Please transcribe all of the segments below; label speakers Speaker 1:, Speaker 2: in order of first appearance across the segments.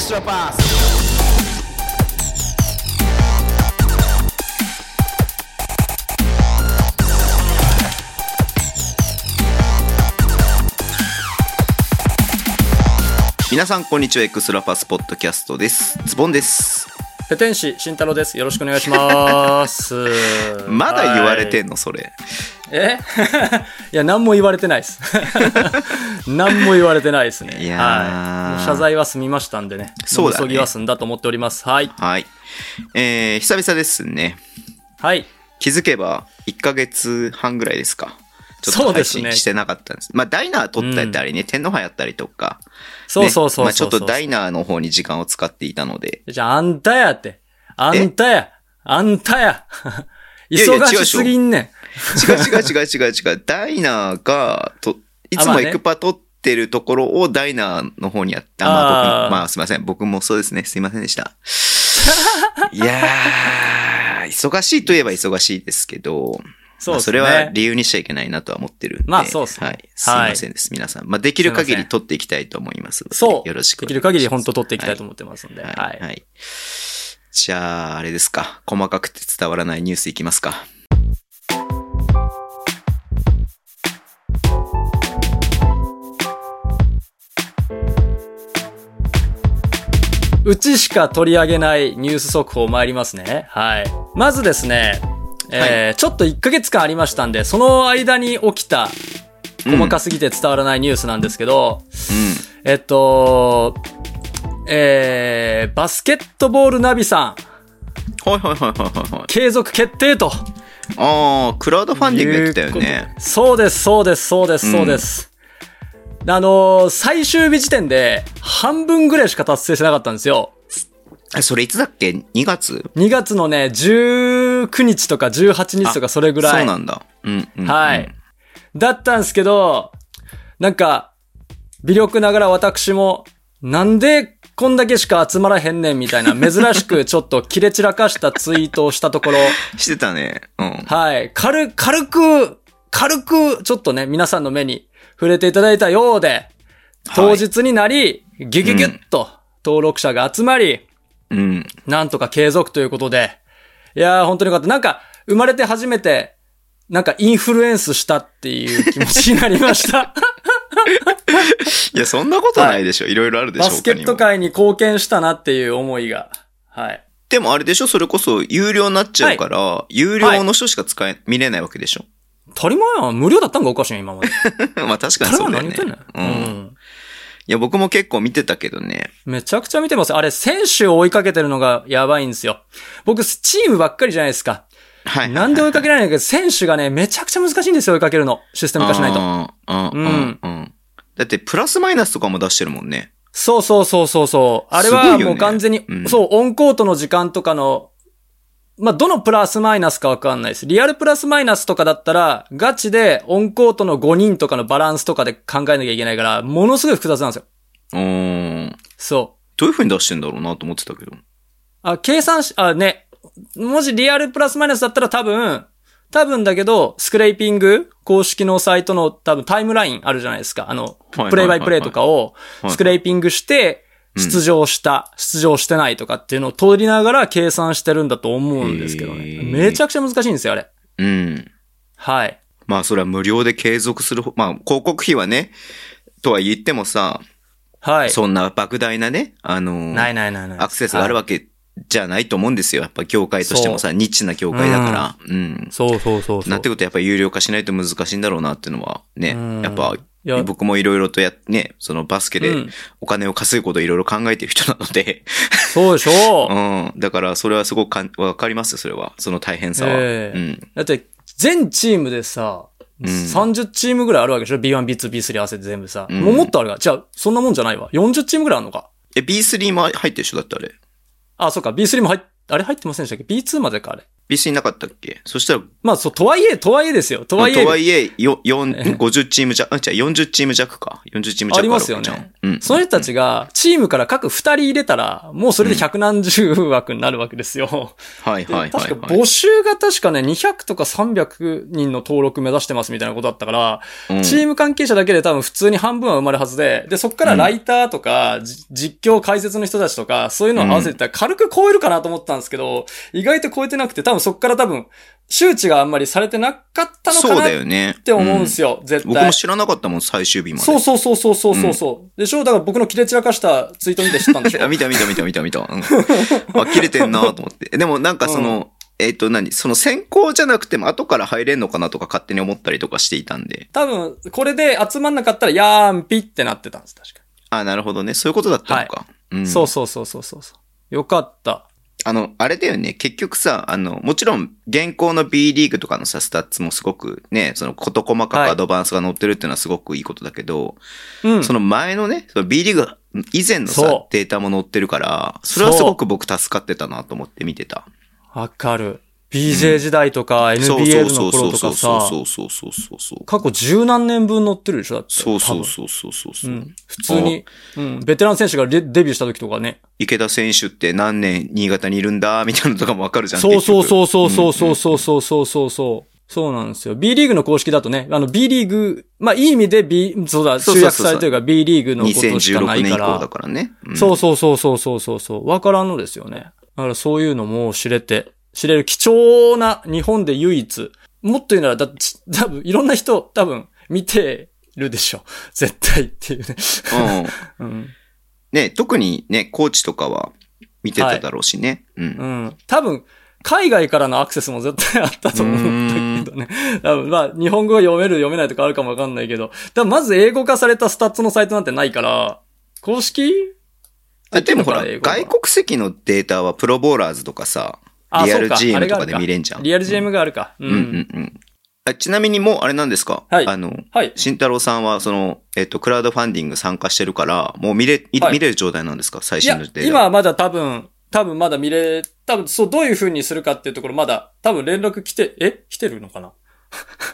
Speaker 1: シュパス
Speaker 2: 皆さんこんにちはエクスラパスポッドキャストですズボンです
Speaker 1: ペテン師慎太郎ですよろしくお願いします
Speaker 2: まだ言われてんのそれ
Speaker 1: え いや何も言われてないです 何も言われてないですね
Speaker 2: いやー
Speaker 1: はい、もう謝罪は済みましたんでね
Speaker 2: そうだね
Speaker 1: 急ぎは済んだと思っておりますはい
Speaker 2: はいえー、久々ですね
Speaker 1: はい
Speaker 2: 気づけば1ヶ月半ぐらいですかちょっ
Speaker 1: そ
Speaker 2: と
Speaker 1: うで
Speaker 2: 配
Speaker 1: すね
Speaker 2: 信してなかったんですまあダイナー撮ったりね、天皇杯やったりとか
Speaker 1: そうそうそうそうそう、
Speaker 2: ねまあちょっとダイナーの方に時間を使っていたので
Speaker 1: じゃあ、あんたやって。あんたや。あんたや。
Speaker 2: やいや
Speaker 1: 忙しすぎんねん。
Speaker 2: 違う違う違う違う違う。ダイナーが、と、いつ
Speaker 1: あま
Speaker 2: も
Speaker 1: あね
Speaker 2: エクパ取ってるところをダイナーの方にやった。まあ
Speaker 1: あー
Speaker 2: 僕もまあすいません。僕もそうですね。すいませんでした。いやー、忙しいといえば忙しいですけど、
Speaker 1: そう
Speaker 2: ま
Speaker 1: で
Speaker 2: あ
Speaker 1: す
Speaker 2: そ
Speaker 1: ね。
Speaker 2: れは理由にしちゃいけないなとは思ってるんで。
Speaker 1: まあそうですね
Speaker 2: はい。すいませんです、皆さん。まあできる限り取っていきたいと思いますので。
Speaker 1: そう。
Speaker 2: よろしく
Speaker 1: で
Speaker 2: お
Speaker 1: き
Speaker 2: 願い
Speaker 1: る
Speaker 2: します。
Speaker 1: 限り本当取っていきたいと
Speaker 2: 思
Speaker 1: 思ってますんで。は。
Speaker 2: はいい。はい。はいじゃあ、あれですか。細かくて伝わらないニュースいきますか。
Speaker 1: うちしか取り上げないニュース速報参りますね。はい。まずですね、えーちょっと1ヶ月間ありましたんで、その間に起きた細かすぎて伝わらないニュースなんですけど、
Speaker 2: うん。
Speaker 1: えっと、えー、バスケットボールナビさん、
Speaker 2: はいはいはいはいはい。
Speaker 1: 継続決定と。
Speaker 2: ああ、クラウドファンディングやってたよね。
Speaker 1: そうです、そうです、そうです、そうです。あのー最終日時点で半分ぐらいしか達成してなかったんですよ。
Speaker 2: えそれいつだっけ ?2 月
Speaker 1: 2月のね、19日とか18日とかそれぐらい。
Speaker 2: そうなんだ。うん、うん。
Speaker 1: はい。だったんですけど、なんか、微力ながら私も、なんでこんだけしか集まらへんねんみたいな、珍 しくちょっと切れ散らかしたツイートをしたところ、
Speaker 2: うん。してたね。うん。
Speaker 1: はい。軽、軽く、軽く、ちょっとね、皆さんの目に触れていただいたようで、当日になり、ギュギュギュッと登録者が集まり、
Speaker 2: うん。
Speaker 1: なんとか継続ということで、いやー、本当によかった。なんか、生まれて初めて、なんかインフルエンスしたっていう気持ちになりました。
Speaker 2: いや、そんなことないでしょ。いろいろある でしょ。
Speaker 1: バスケ
Speaker 2: 他
Speaker 1: ット
Speaker 2: にも
Speaker 1: 界に貢献したなっていう思いが。はい。
Speaker 2: でもあれでしょそれこそ、有料になっちゃうから、有料の人しか使え、見れないわけでしょ。
Speaker 1: 当たり前やん。無料だったんがおかしいよ、今まで。
Speaker 2: まあ確かに
Speaker 1: 彼
Speaker 2: そ
Speaker 1: は
Speaker 2: うだ
Speaker 1: 何
Speaker 2: よ
Speaker 1: 言っ
Speaker 2: ね。
Speaker 1: てんのよ、
Speaker 2: うん。いや、僕も結構見てたけどね。
Speaker 1: めちゃくちゃ見てます。あれ、選手を追いかけてるのがやばいんですよ。僕、チームばっかりじゃないですか。
Speaker 2: はい。
Speaker 1: なんで追いかけられないんだけど、選手がね、めちゃくちゃ難しいんですよ、追いかけるの。システム化しないと。
Speaker 2: あーうん、うん、うん。だって、プラスマイナスとかも出してるもんね。
Speaker 1: そうそうそうそうそう。あれ
Speaker 2: すご
Speaker 1: はい
Speaker 2: よね
Speaker 1: もう完全に、
Speaker 2: うん
Speaker 1: そう、オンコートの時間とかの、まあ、どのプラスマイナスかわかんないです。リアルプラスマイナスとかだったら、ガチでオンコートの5人とかのバランスとかで考えなきゃいけないから、ものすごい複雑なんですよ。
Speaker 2: うーん。
Speaker 1: そう。
Speaker 2: どういう風に出してんだろうなと思ってたけど。
Speaker 1: あ、計算し、あ、ね。もしリアルプラスマイナスだったら多分、多分だけど、スクレーピング、公式のサイトの多分タイムラインあるじゃないですか。あの、
Speaker 2: いはいはいはい
Speaker 1: プレイバイプレイとかを
Speaker 2: はい
Speaker 1: スクレーピングして、
Speaker 2: うん
Speaker 1: 出場した、出場してないとかっていうのを通りながら計算してるんだと思うんですけど
Speaker 2: へ
Speaker 1: ね。
Speaker 2: ー
Speaker 1: めちゃくちゃ難しいんですよ、あれ。
Speaker 2: うん。
Speaker 1: はい。
Speaker 2: まあそれは無料で継続する方、まあ広告費はね、とは言ってもさ、
Speaker 1: はい。
Speaker 2: そんな莫大なね、あの、
Speaker 1: ないないないない。
Speaker 2: アクセスがある
Speaker 1: わ。
Speaker 2: わけじゃないと思うんですよ。やっぱ業界としてもさ、ニッチな業界だから。うん。
Speaker 1: そうそうそうそう。
Speaker 2: なってくるとやっぱり有料化しないと難しいんだろうなっていうのはね、
Speaker 1: うん
Speaker 2: やっぱ
Speaker 1: いや
Speaker 2: 僕もいろいろとや、ね、そのバスケ
Speaker 1: う
Speaker 2: で
Speaker 1: ん
Speaker 2: お金を稼ぐことをいろいろ考えてる人なので、
Speaker 1: そうでしょ
Speaker 2: う
Speaker 1: う。
Speaker 2: ん。だからそれはすごくかんわかりますよ、それは。その大変さは。
Speaker 1: え
Speaker 2: う
Speaker 1: え
Speaker 2: ん。
Speaker 1: だって、全チームでさ、
Speaker 2: うん
Speaker 1: 30チームぐらいあるわけでしょ ?B1、B2、B3 合わせて全部さ。
Speaker 2: うん
Speaker 1: もうもっとあるが。じゃあ、そんなもんじゃないわ。40チームぐらいあるのか。
Speaker 2: え、B3 も入ってる人だってあれ。
Speaker 1: あ、そっか。B3 も入っ、あれ入ってませんでしたっけ ?B2 までか、あれ。
Speaker 2: 別になかったっけそしたら、
Speaker 1: まあ、そう、とはいえ、とはいえですよ。とはいえ、
Speaker 2: とはいえ、よ、四、50チーム弱、あ、違う、40チーム弱か。40チーム弱
Speaker 1: ありますよね
Speaker 2: るわけじゃんうん。
Speaker 1: その人たちがチームから各二人入れたら、もうそれで百何十枠になるわけですよ。
Speaker 2: はい
Speaker 1: で
Speaker 2: はいはい、はい。
Speaker 1: 確か募集が確かね、200とか300人の登録目指してますみたいなことだったから、
Speaker 2: うん
Speaker 1: チーム関係者だけで多分普通に半分は埋まるはずで、で、そっからライターとか、じ実況解説の人たちとか、そういうのを合わせてたら軽く超えるかなと思ったんですけど、意外と超えてなくて、多分そっから多分、周知があんまりされてなかったのか
Speaker 2: そう
Speaker 1: な
Speaker 2: だ
Speaker 1: っ
Speaker 2: よね。
Speaker 1: て思うんですよ、絶
Speaker 2: う
Speaker 1: 対。
Speaker 2: ん僕も知らなかったもん、最終日まで。
Speaker 1: そうそうそうそうそうそうそう、でしょだから僕の切れ散らかしたツイート見て知ったんでしょ
Speaker 2: あ見た見た見た見た見た。うん、あ、切れてんなと思って。でもなんかその、えっ、と何その先行じゃなくても後から入れんのかなとか勝手に思ったりとかしていたんで。
Speaker 1: 多分、これで集まんなかったら、やーんぴってなってたんです、確か
Speaker 2: あ、なるほどね。そういうことだったのか。う
Speaker 1: に。
Speaker 2: ん、
Speaker 1: そうそうそうそうそうそう。よかった。
Speaker 2: あの、あれだよね。結局さ、あの、もちろん、現行の B リーグとかのさ、スタッツもすごくね、その、こと細か
Speaker 1: はい
Speaker 2: くアドバンスが載ってるっていうのはすごくいいことだけど、
Speaker 1: うん。
Speaker 2: その前のね、その B リーグ以前のさ
Speaker 1: そ、う
Speaker 2: データも載ってるから、それはすごく僕助かってたなと思って見てた。
Speaker 1: わかる。BJ 時代とか、
Speaker 2: そう
Speaker 1: NBL の頃とかさ、
Speaker 2: そうそうそうそうそうそう。
Speaker 1: 過去十何年分乗ってるでしょだって。
Speaker 2: そうそう
Speaker 1: 多
Speaker 2: そうそうそうそう、
Speaker 1: 分うん。普通に、うん。ベテラン選手がレデビューした時とかね。
Speaker 2: 池田選手って何年新潟にいるんだみたいなのとかもわかるじゃん。
Speaker 1: そうそ
Speaker 2: う。
Speaker 1: うそうそうそうそうそうそうそうそうそう。そうなんですよ。B リーグの公式だとね、あの B リーグ、まあいい意味で B、そうだ、
Speaker 2: そう
Speaker 1: 集
Speaker 2: そうそう
Speaker 1: 約
Speaker 2: そう
Speaker 1: されてるから B リーグのことしかな
Speaker 2: 2016
Speaker 1: い
Speaker 2: 年以
Speaker 1: か
Speaker 2: 降
Speaker 1: ら
Speaker 2: だ。からね。うん
Speaker 1: そうそうそうそうそうそうそう。わからんのですよね。だからそういうのも知れて、知れる貴重な日本で唯一。もっと言うなら、だ、ち多分いろんな人、多分見てるでしょ。絶対っていうね。
Speaker 2: うん。
Speaker 1: うん。
Speaker 2: ね、特にね、コーチとかは見てただろうしね。うん。
Speaker 1: うん。多分、海外からのアクセスも絶対あったと思うんだけどね。多分、まあ、日本語が読める読めないとかあるかもわかんないけど。多分、まず英語化されたスタッツのサイトなんてないから、公式
Speaker 2: あでもほら、
Speaker 1: 英語か
Speaker 2: 外国籍のデータはプロボーラーズとかさ、
Speaker 1: あ
Speaker 2: リアル
Speaker 1: そうか
Speaker 2: GM
Speaker 1: あれが
Speaker 2: と
Speaker 1: あ
Speaker 2: か
Speaker 1: る
Speaker 2: で見れんじゃん。
Speaker 1: リアル GM があるか。う。
Speaker 2: うんうんんうん。あちなみにもうあれなんですか
Speaker 1: はい
Speaker 2: あの、
Speaker 1: はい。
Speaker 2: 慎太郎さんはその、えっと、クラウドファンディング参加してるから、もう見れ、い
Speaker 1: はい
Speaker 2: 見れる状態なんですか最
Speaker 1: い
Speaker 2: 新
Speaker 1: や
Speaker 2: のデー、タ。
Speaker 1: 今はまだ多分、多分まだ見れ、多分、そう、どういう風にするかっていうところまだ、多分連絡来て、え来てるのかな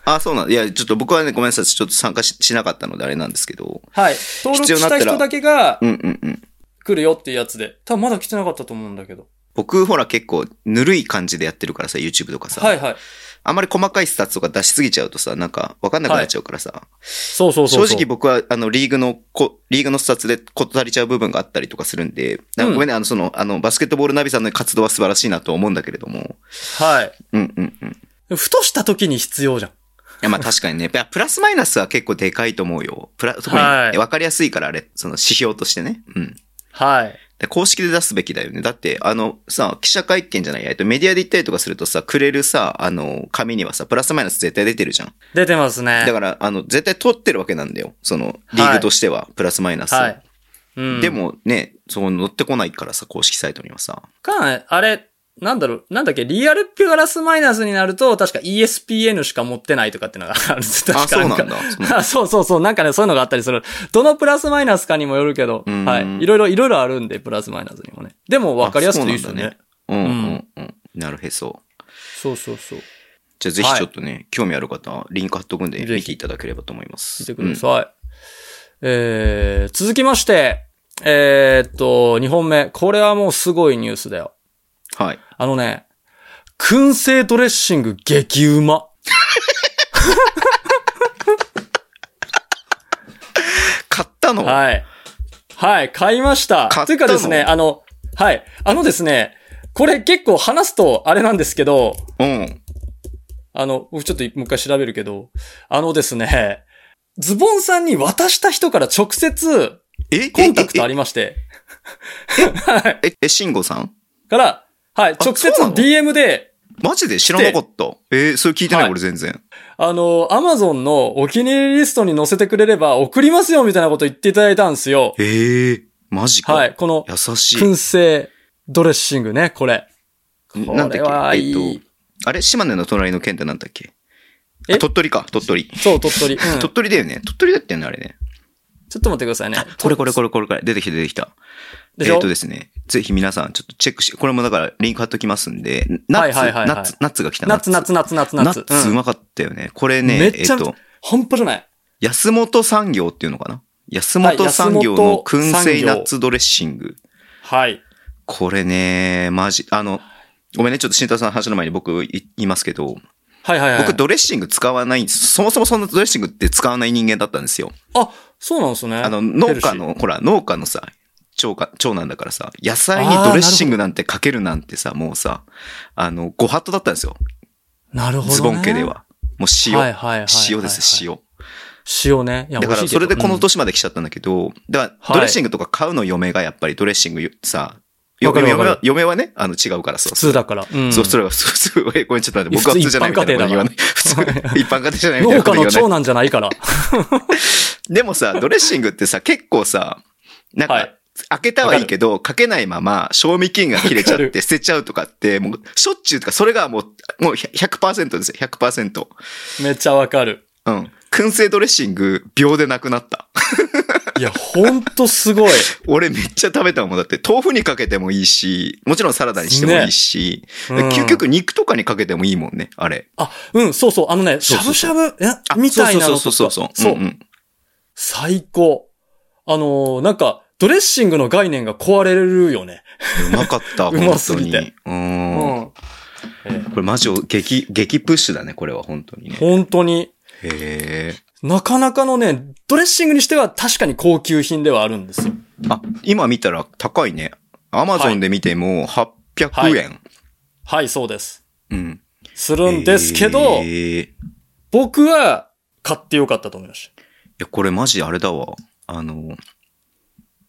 Speaker 2: あ、そうなんいや、ちょっと僕はね、ごめんなさい。ちょっと参加ししなかったのであれなんですけど。
Speaker 1: はい。登録
Speaker 2: 必要にな
Speaker 1: し
Speaker 2: った
Speaker 1: た
Speaker 2: ら
Speaker 1: 人だけが
Speaker 2: うんうんうん。
Speaker 1: 来るよっていうやつで。多分まだ来てなかったと思うんだけど。
Speaker 2: 僕、ほら結構、ぬるい感じでやってるからさ、YouTube とかさ。
Speaker 1: はいはい。
Speaker 2: あんまり細かいスタッツとか出しすぎちゃうとさ、なんか、わかんなくなっちゃうからさ。
Speaker 1: そうそうそうそう。
Speaker 2: 正直僕は、あの、リーグのこ、リーグのスタッツでこと足りちゃう部分があったりとかするんで、なん
Speaker 1: うん
Speaker 2: かごめんね、あの、その、あの、バスケットボールナビさんの活動は素晴らしいなと思うんだけれども。
Speaker 1: はい。
Speaker 2: うんうんうん。い
Speaker 1: ふとした時に必要じゃん。
Speaker 2: や、まあ確かにね、い やプラスマイナスは結構でかいと思うよ。プラ、特に、
Speaker 1: はい
Speaker 2: わかりやすいから、あれ、その指標としてね。うん。
Speaker 1: はい。
Speaker 2: で公式で出すべきだよね。だって、あの、さ、記者会見じゃないや、えっと、メディアで言ったりとかするとさ、くれるさ、あの、紙にはさ、プラスマイナス絶対出てるじゃん。
Speaker 1: 出てますね。
Speaker 2: だから、あの、絶対取ってるわけなんだよ。その、リーグとしては、プラスマイナスを。
Speaker 1: はい。うん。
Speaker 2: で、もね、そこに乗ってこないからさ、公式サイトにはさ。
Speaker 1: かあれ、なんだろう、なんだっけ、リアルプラスマイナスになると、確か ESPN しか持ってないとかってのがあるんです。確か
Speaker 2: あ、そうなん
Speaker 1: か
Speaker 2: だ。 その
Speaker 1: あそうそうそう。なんかね、そういうのがあったりする。どのプラスマイナスかにもよるけど、
Speaker 2: うん
Speaker 1: はい。いろいろ、いろいろあるんで、プラスマイナスにもね。でも、わかりやすくていいですよね。
Speaker 2: うん
Speaker 1: う
Speaker 2: うんんうん。なるへそ。
Speaker 1: そうそうそう。
Speaker 2: じゃあぜひちょっとね、興味ある方、リンク貼っとくんで
Speaker 1: ぜひ
Speaker 2: 見ていただければと思います。
Speaker 1: 見てください。えー、続きまして、えー、っと、2本目。これはもうすごいニュースだ
Speaker 2: う
Speaker 1: よ。
Speaker 2: んはい。
Speaker 1: あのね、燻製ドレッシング激うま。
Speaker 2: 買ったの
Speaker 1: はい。はい、買いまし
Speaker 2: 買っ
Speaker 1: た。
Speaker 2: たの
Speaker 1: というかですね、あの、はい。あのですね、これ結構話すとあれなんですけど、
Speaker 2: うん。
Speaker 1: あの、僕ちょっともう一回調べるけど、あのですね、ズボンさんに渡した人から直接
Speaker 2: え
Speaker 1: コンタクトあり
Speaker 2: え
Speaker 1: まして、
Speaker 2: え、え、え、慎吾さん
Speaker 1: から、はい、
Speaker 2: あ
Speaker 1: 直接
Speaker 2: そうな
Speaker 1: の
Speaker 2: の
Speaker 1: DM で、
Speaker 2: マジで知らなかった。えー、それ聞いてない、
Speaker 1: はい
Speaker 2: 俺全然。
Speaker 1: あの、アマゾンのお気に入りリストに載せてくれれば送りますよみたいなこと言っていただいたんですよ。
Speaker 2: ええー、マジか。
Speaker 1: はい、この
Speaker 2: 優しい。
Speaker 1: 燻製ドレッシングね、これ。こ
Speaker 2: なんだっけ
Speaker 1: れはい
Speaker 2: え
Speaker 1: い
Speaker 2: っ。あれ島根の隣の県ってなんだっけあ
Speaker 1: え
Speaker 2: 鳥取か、鳥取。
Speaker 1: そう、鳥取。うん
Speaker 2: 鳥取だよね。鳥取だったよね、あれね。
Speaker 1: ちょっと待ってくださいね。
Speaker 2: これこれこれこれこれ。出てきた出てきた。
Speaker 1: でし
Speaker 2: え
Speaker 1: ょ、
Speaker 2: っとですね、ぜひ皆さんちょっとチェックして、これもだからリンク貼っときますんで、ナ
Speaker 1: はい
Speaker 2: ッツ、
Speaker 1: はいはいはい
Speaker 2: ナッツ、ナッツが来た
Speaker 1: ナッツナッツナッツナッツナッツ。
Speaker 2: ナッツ
Speaker 1: う
Speaker 2: うんまかったよね。これね、
Speaker 1: めっちゃ
Speaker 2: えっと、
Speaker 1: 半端じゃない。
Speaker 2: 安本産業っていうのかな安本産業の燻製ナッツドレッシング。
Speaker 1: はい。
Speaker 2: これね、マジ、あの、ごめんね、ちょっと慎太郎さんの話の前に僕い言いますけど、
Speaker 1: はいはいはい。
Speaker 2: 僕ドレッシング使わないんです。そもそもそんなドレッシングって使わない人間だったんですよ。
Speaker 1: あ、そうなんですね。
Speaker 2: あの、
Speaker 1: ヘ
Speaker 2: 農
Speaker 1: ルシー
Speaker 2: 家。の、ほら、農家のさ、長家長男だからさ、野菜にドレッシングなんてかけるなんてさ、もうさ、あの、ご法度だったんですよ。
Speaker 1: なるほど、ね。
Speaker 2: ズボン家で。は。もう塩。
Speaker 1: はいはいはいはい。
Speaker 2: 塩です、。塩。
Speaker 1: 塩ね。いや
Speaker 2: だから、それでこの
Speaker 1: と
Speaker 2: 年まで来ちゃったんだけど、だか
Speaker 1: は
Speaker 2: ら、ド
Speaker 1: い
Speaker 2: レッシングとか買うの嫁がやっぱりドレッシングよさ、
Speaker 1: わかる
Speaker 2: 嫁
Speaker 1: わかる
Speaker 2: は嫁はね、あの、違うから、そう
Speaker 1: 普。通だから。うん。
Speaker 2: そう、それが、そう、そう、ごめんごめんちょっと待って、僕は普通じゃないみたいなこと言わない。普通、一般家庭じゃないみたいなこと言わな
Speaker 1: 農家の
Speaker 2: い
Speaker 1: 長。男じゃないから。
Speaker 2: でもさ、ドレッシングってさ、結構さ、なんか、
Speaker 1: はい
Speaker 2: 開けたはいいけど、かけないまま、賞味期限が切れちゃっ
Speaker 1: わか
Speaker 2: て捨てちゃうとかって、もう、しょっちゅうとか、それがもう、もう100%ですよ、100%。
Speaker 1: めっちゃわかる。
Speaker 2: うん。燻製ドレッシング、秒でなくなった。
Speaker 1: いや、ほんとすごい。
Speaker 2: 俺めっちゃ食べたもんだって、豆腐にかけてもいいし、もちろんサラダにしてもいいし、
Speaker 1: うん
Speaker 2: 究極肉とかにかけてもいいもんね、あれ。
Speaker 1: あ、うん、そうそう。あのね、し
Speaker 2: そう
Speaker 1: ゃ
Speaker 2: そ
Speaker 1: ぶ
Speaker 2: うそう
Speaker 1: しゃぶえ
Speaker 2: あ
Speaker 1: みたいなのとか。
Speaker 2: そうそうそうそう。
Speaker 1: そう
Speaker 2: うんうん
Speaker 1: 最高。あのーなんか、ドレッシングの概念が壊れるよね。
Speaker 2: うまかった、
Speaker 1: うますぎて
Speaker 2: 本当に。
Speaker 1: う
Speaker 2: うん。
Speaker 1: ん。え
Speaker 2: これマジ、激、激プッシュだね、これは、本当にね。
Speaker 1: 本当に。
Speaker 2: へえ。
Speaker 1: なかなかのね、ドレッシングにしては確かに高級品ではあるんですよ。
Speaker 2: あ、今見たら高いね。アマゾンで見ても800円。
Speaker 1: はい、そうです。
Speaker 2: うん。
Speaker 1: するんですけど、
Speaker 2: えーい
Speaker 1: 僕は買ってよかったと思いまし
Speaker 2: や、これマジあれだわ。あの、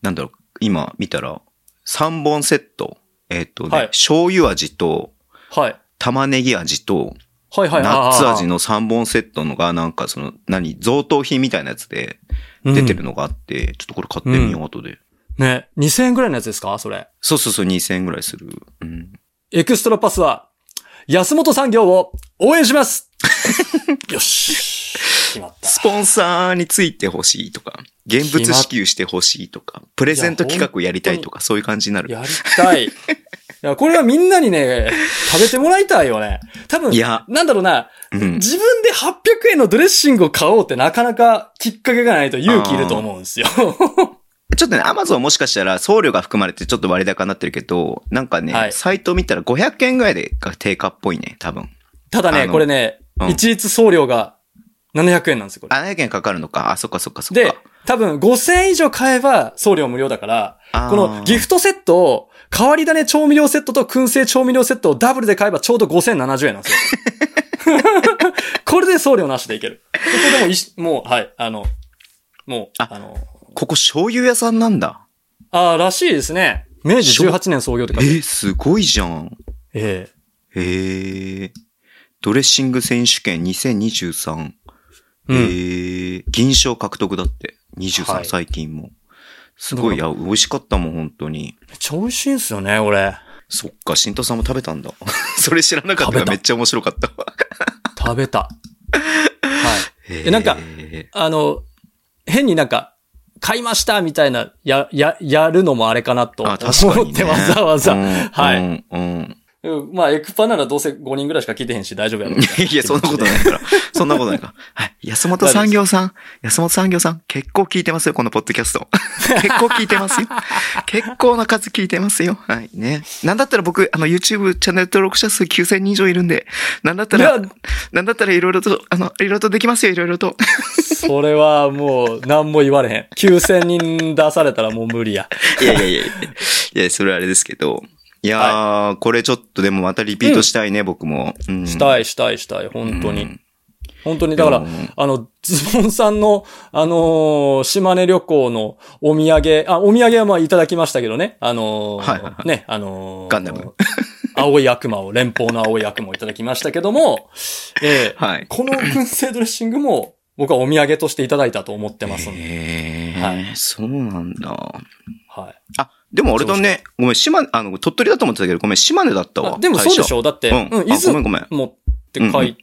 Speaker 2: なんだろう、今見たら、3本セット。えっ、とね、
Speaker 1: はい
Speaker 2: 醤油味と、
Speaker 1: た。はい。
Speaker 2: 玉ねぎ味と、
Speaker 1: はいはい
Speaker 2: ナッツ味
Speaker 1: の
Speaker 2: の3本セットのが、なんかその、何、贈答品みたいなやつで出てるのがあって、ちょっとこれ買ってみよう、後で。
Speaker 1: ね、2000円ぐらいのやつですかそれ。
Speaker 2: そうそうそう、2000円ぐらいする。うん。
Speaker 1: エクストラパスは、安本産業を応援します よし。決まった。
Speaker 2: スポンサーについてほしいとか、現物支給してほしいとか、プレゼント企画やりたいとか、そういう感じになる。
Speaker 1: やりたい。いや、これはみんなにね、食べてもらいたいよね。多分、
Speaker 2: いや
Speaker 1: なんだろうな、
Speaker 2: うん。
Speaker 1: 自分で800円のドレッシングを買おうってなかなかきっかけがないと勇気いると思うんですよ。
Speaker 2: ちょっとね、アマゾンもしかしたら送料が含まれてちょっと割高になってるけど、なんかね、
Speaker 1: はい
Speaker 2: サイト見たら500円ぐらいでが定価っぽいね、多分。
Speaker 1: ただ
Speaker 2: あ
Speaker 1: ね、
Speaker 2: の
Speaker 1: これね、
Speaker 2: うん
Speaker 1: 一律送料が700円なんですよ、これ。
Speaker 2: あ、700円かかるのか。あ、そっかそっかそっか。
Speaker 1: で、多分5000円以上買えば送料無料だから、
Speaker 2: あー
Speaker 1: このギフトセットを、変わり種調味料セットと燻製調味料セットをダブルで買えばちょうど5070円なんですよ。 これで送料なしでいける。ここでもいし、もう、はい、あの、もう、あ
Speaker 2: あ
Speaker 1: の、
Speaker 2: ここ醤油屋さんなんだ。
Speaker 1: あーらしいですね。明治18年創業って
Speaker 2: え
Speaker 1: 書いてある。
Speaker 2: ーすごいじゃん。
Speaker 1: ええ
Speaker 2: えー、ドレッシング選手権2023。
Speaker 1: うん
Speaker 2: えー、銀賞獲得だって。23、
Speaker 1: はい
Speaker 2: 最近も。すごい、いや、美味しかったもん、本当に。
Speaker 1: めっちゃ美味しいんすよね、俺。
Speaker 2: そっか、新太さんも食べたんだ。 それ知らなかっ
Speaker 1: 食
Speaker 2: た
Speaker 1: べ
Speaker 2: ら
Speaker 1: た
Speaker 2: めっちゃ面白かったわ。
Speaker 1: 食べ た。はい。
Speaker 2: え
Speaker 1: えなんか
Speaker 2: ー
Speaker 1: あの、変になんか、買いましたみたいな、や、や、やるのもあれかなと思
Speaker 2: あ、確かに、ね。
Speaker 1: ってわざわざ。
Speaker 2: うん
Speaker 1: はい
Speaker 2: うんうん。
Speaker 1: うんまあ、エクパならどうせ5人ぐらいしか聞いてへんし大丈夫やろ。
Speaker 2: いや、そんなことない から。そんなことないから。はい。安本産業さん、安本産業さん、結構聞いてますよ、このポッドキャスト。 結構聞いて ますよ。結構な数聞いてますよ。はい。ね。なんだったら僕、あの、YouTube チャンネル登録者数9000人以上いるんで、なんだったら
Speaker 1: いや、
Speaker 2: なんだったらいろいろと、あの、いろいろとできますよ、いろいろ と。
Speaker 1: それはもう、何も言われへん。9000人出されたらもう無理や。
Speaker 2: いやいやいやい や、いや、それはあれですけど。いやー、これちょっとでもまたリピートしたいね、僕も。うん
Speaker 1: したい、したい、したい。本当
Speaker 2: う
Speaker 1: に
Speaker 2: ん。
Speaker 1: 本当に。だから
Speaker 2: うん、
Speaker 1: あの、ズボンさんの、あのー島根旅行のお土産、あ、お土産はまあいただきましたけどね。あのー
Speaker 2: はいはいは
Speaker 1: ね、あのー
Speaker 2: ガンダム。
Speaker 1: 青い悪魔を、連邦の青い悪魔をいただきましたけども、えー
Speaker 2: はい
Speaker 1: この燻製ドレッシングも、僕はお土産としていただいたと思ってますんで。
Speaker 2: へえ、
Speaker 1: はい
Speaker 2: そうなんだ。
Speaker 1: はい。
Speaker 2: あ、でも俺だね、ごめん、島根、あの、鳥取だと思ってたけど、ごめん、島根だったわ
Speaker 1: あ。でもそうでし
Speaker 2: ょ。
Speaker 1: ょだって、
Speaker 2: う
Speaker 1: うんん、
Speaker 2: あ
Speaker 1: 伊
Speaker 2: ごめん
Speaker 1: 豆
Speaker 2: ごめん
Speaker 1: もって書い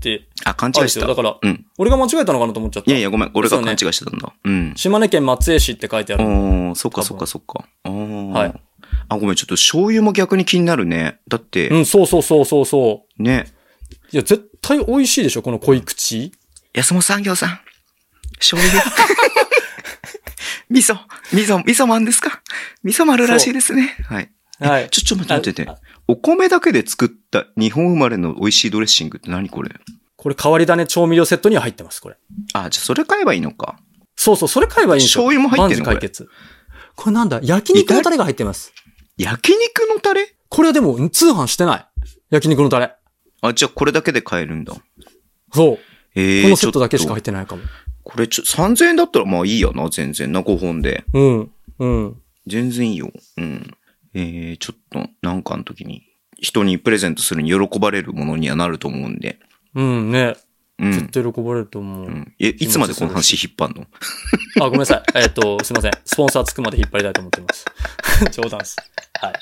Speaker 1: て、
Speaker 2: あ、勘
Speaker 1: あ
Speaker 2: 違い
Speaker 1: れで
Speaker 2: し
Speaker 1: す
Speaker 2: た。
Speaker 1: よ。だから、
Speaker 2: うん。
Speaker 1: 俺が間違えたのかなと思っちゃった。
Speaker 2: いやいや、ごめん、俺が
Speaker 1: そうね
Speaker 2: 勘違いしてたんだ。うん。
Speaker 1: 島根県松江市って書いてある。
Speaker 2: おー、そっか
Speaker 1: 多分
Speaker 2: そっかそっか。お
Speaker 1: はい。
Speaker 2: あ、ごめん、ちょっと醤油も逆に気になるね。だって、
Speaker 1: うん、そうそうそうそうそう。
Speaker 2: ね、
Speaker 1: いや、絶対美味しいでしょ、この濃い口。
Speaker 2: 安本産業さん、醤油。 味噌、味噌、味噌まんですか味噌丸らしいですね。はい。
Speaker 1: はい。
Speaker 2: ちょ、ちょ、待って待って
Speaker 1: あ
Speaker 2: 待って。お米だけで作った日本生まれの美味しいドレッシングって何これ
Speaker 1: これ、変わり種調味料セットには入ってます、これ。
Speaker 2: あ、じゃあそれ買えばいいのか。
Speaker 1: そうそう、それ買えばいいんですよ。
Speaker 2: 醤油も入ってんの
Speaker 1: 万事解決。これなんだ焼肉のタレが入ってます。
Speaker 2: 焼肉のタレ
Speaker 1: これはでも、通販してない。焼肉のタレ。
Speaker 2: あ、じゃあこれだけで買えるんだ。
Speaker 1: そう。
Speaker 2: ええ
Speaker 1: このセットだけしか入
Speaker 2: っ
Speaker 1: っててないかも。
Speaker 2: これちょ、3000円だったらまあいいやな、全然な、5本で。
Speaker 1: うん。うん。
Speaker 2: 全然いいよ。うん。えー、ちょっと、なんかの時に、人にプレゼントするに喜ばれるものにはなると思うんで。
Speaker 1: うんね。
Speaker 2: う
Speaker 1: 絶
Speaker 2: ん。
Speaker 1: 対喜ばれると思う。
Speaker 2: うん、え、いつまでこの話引っ張んの
Speaker 1: あ、ごめんなさい。 えっ、と、すいません。スポンサーつくまで引っ張りたいと思ってます。 冗談です。はい。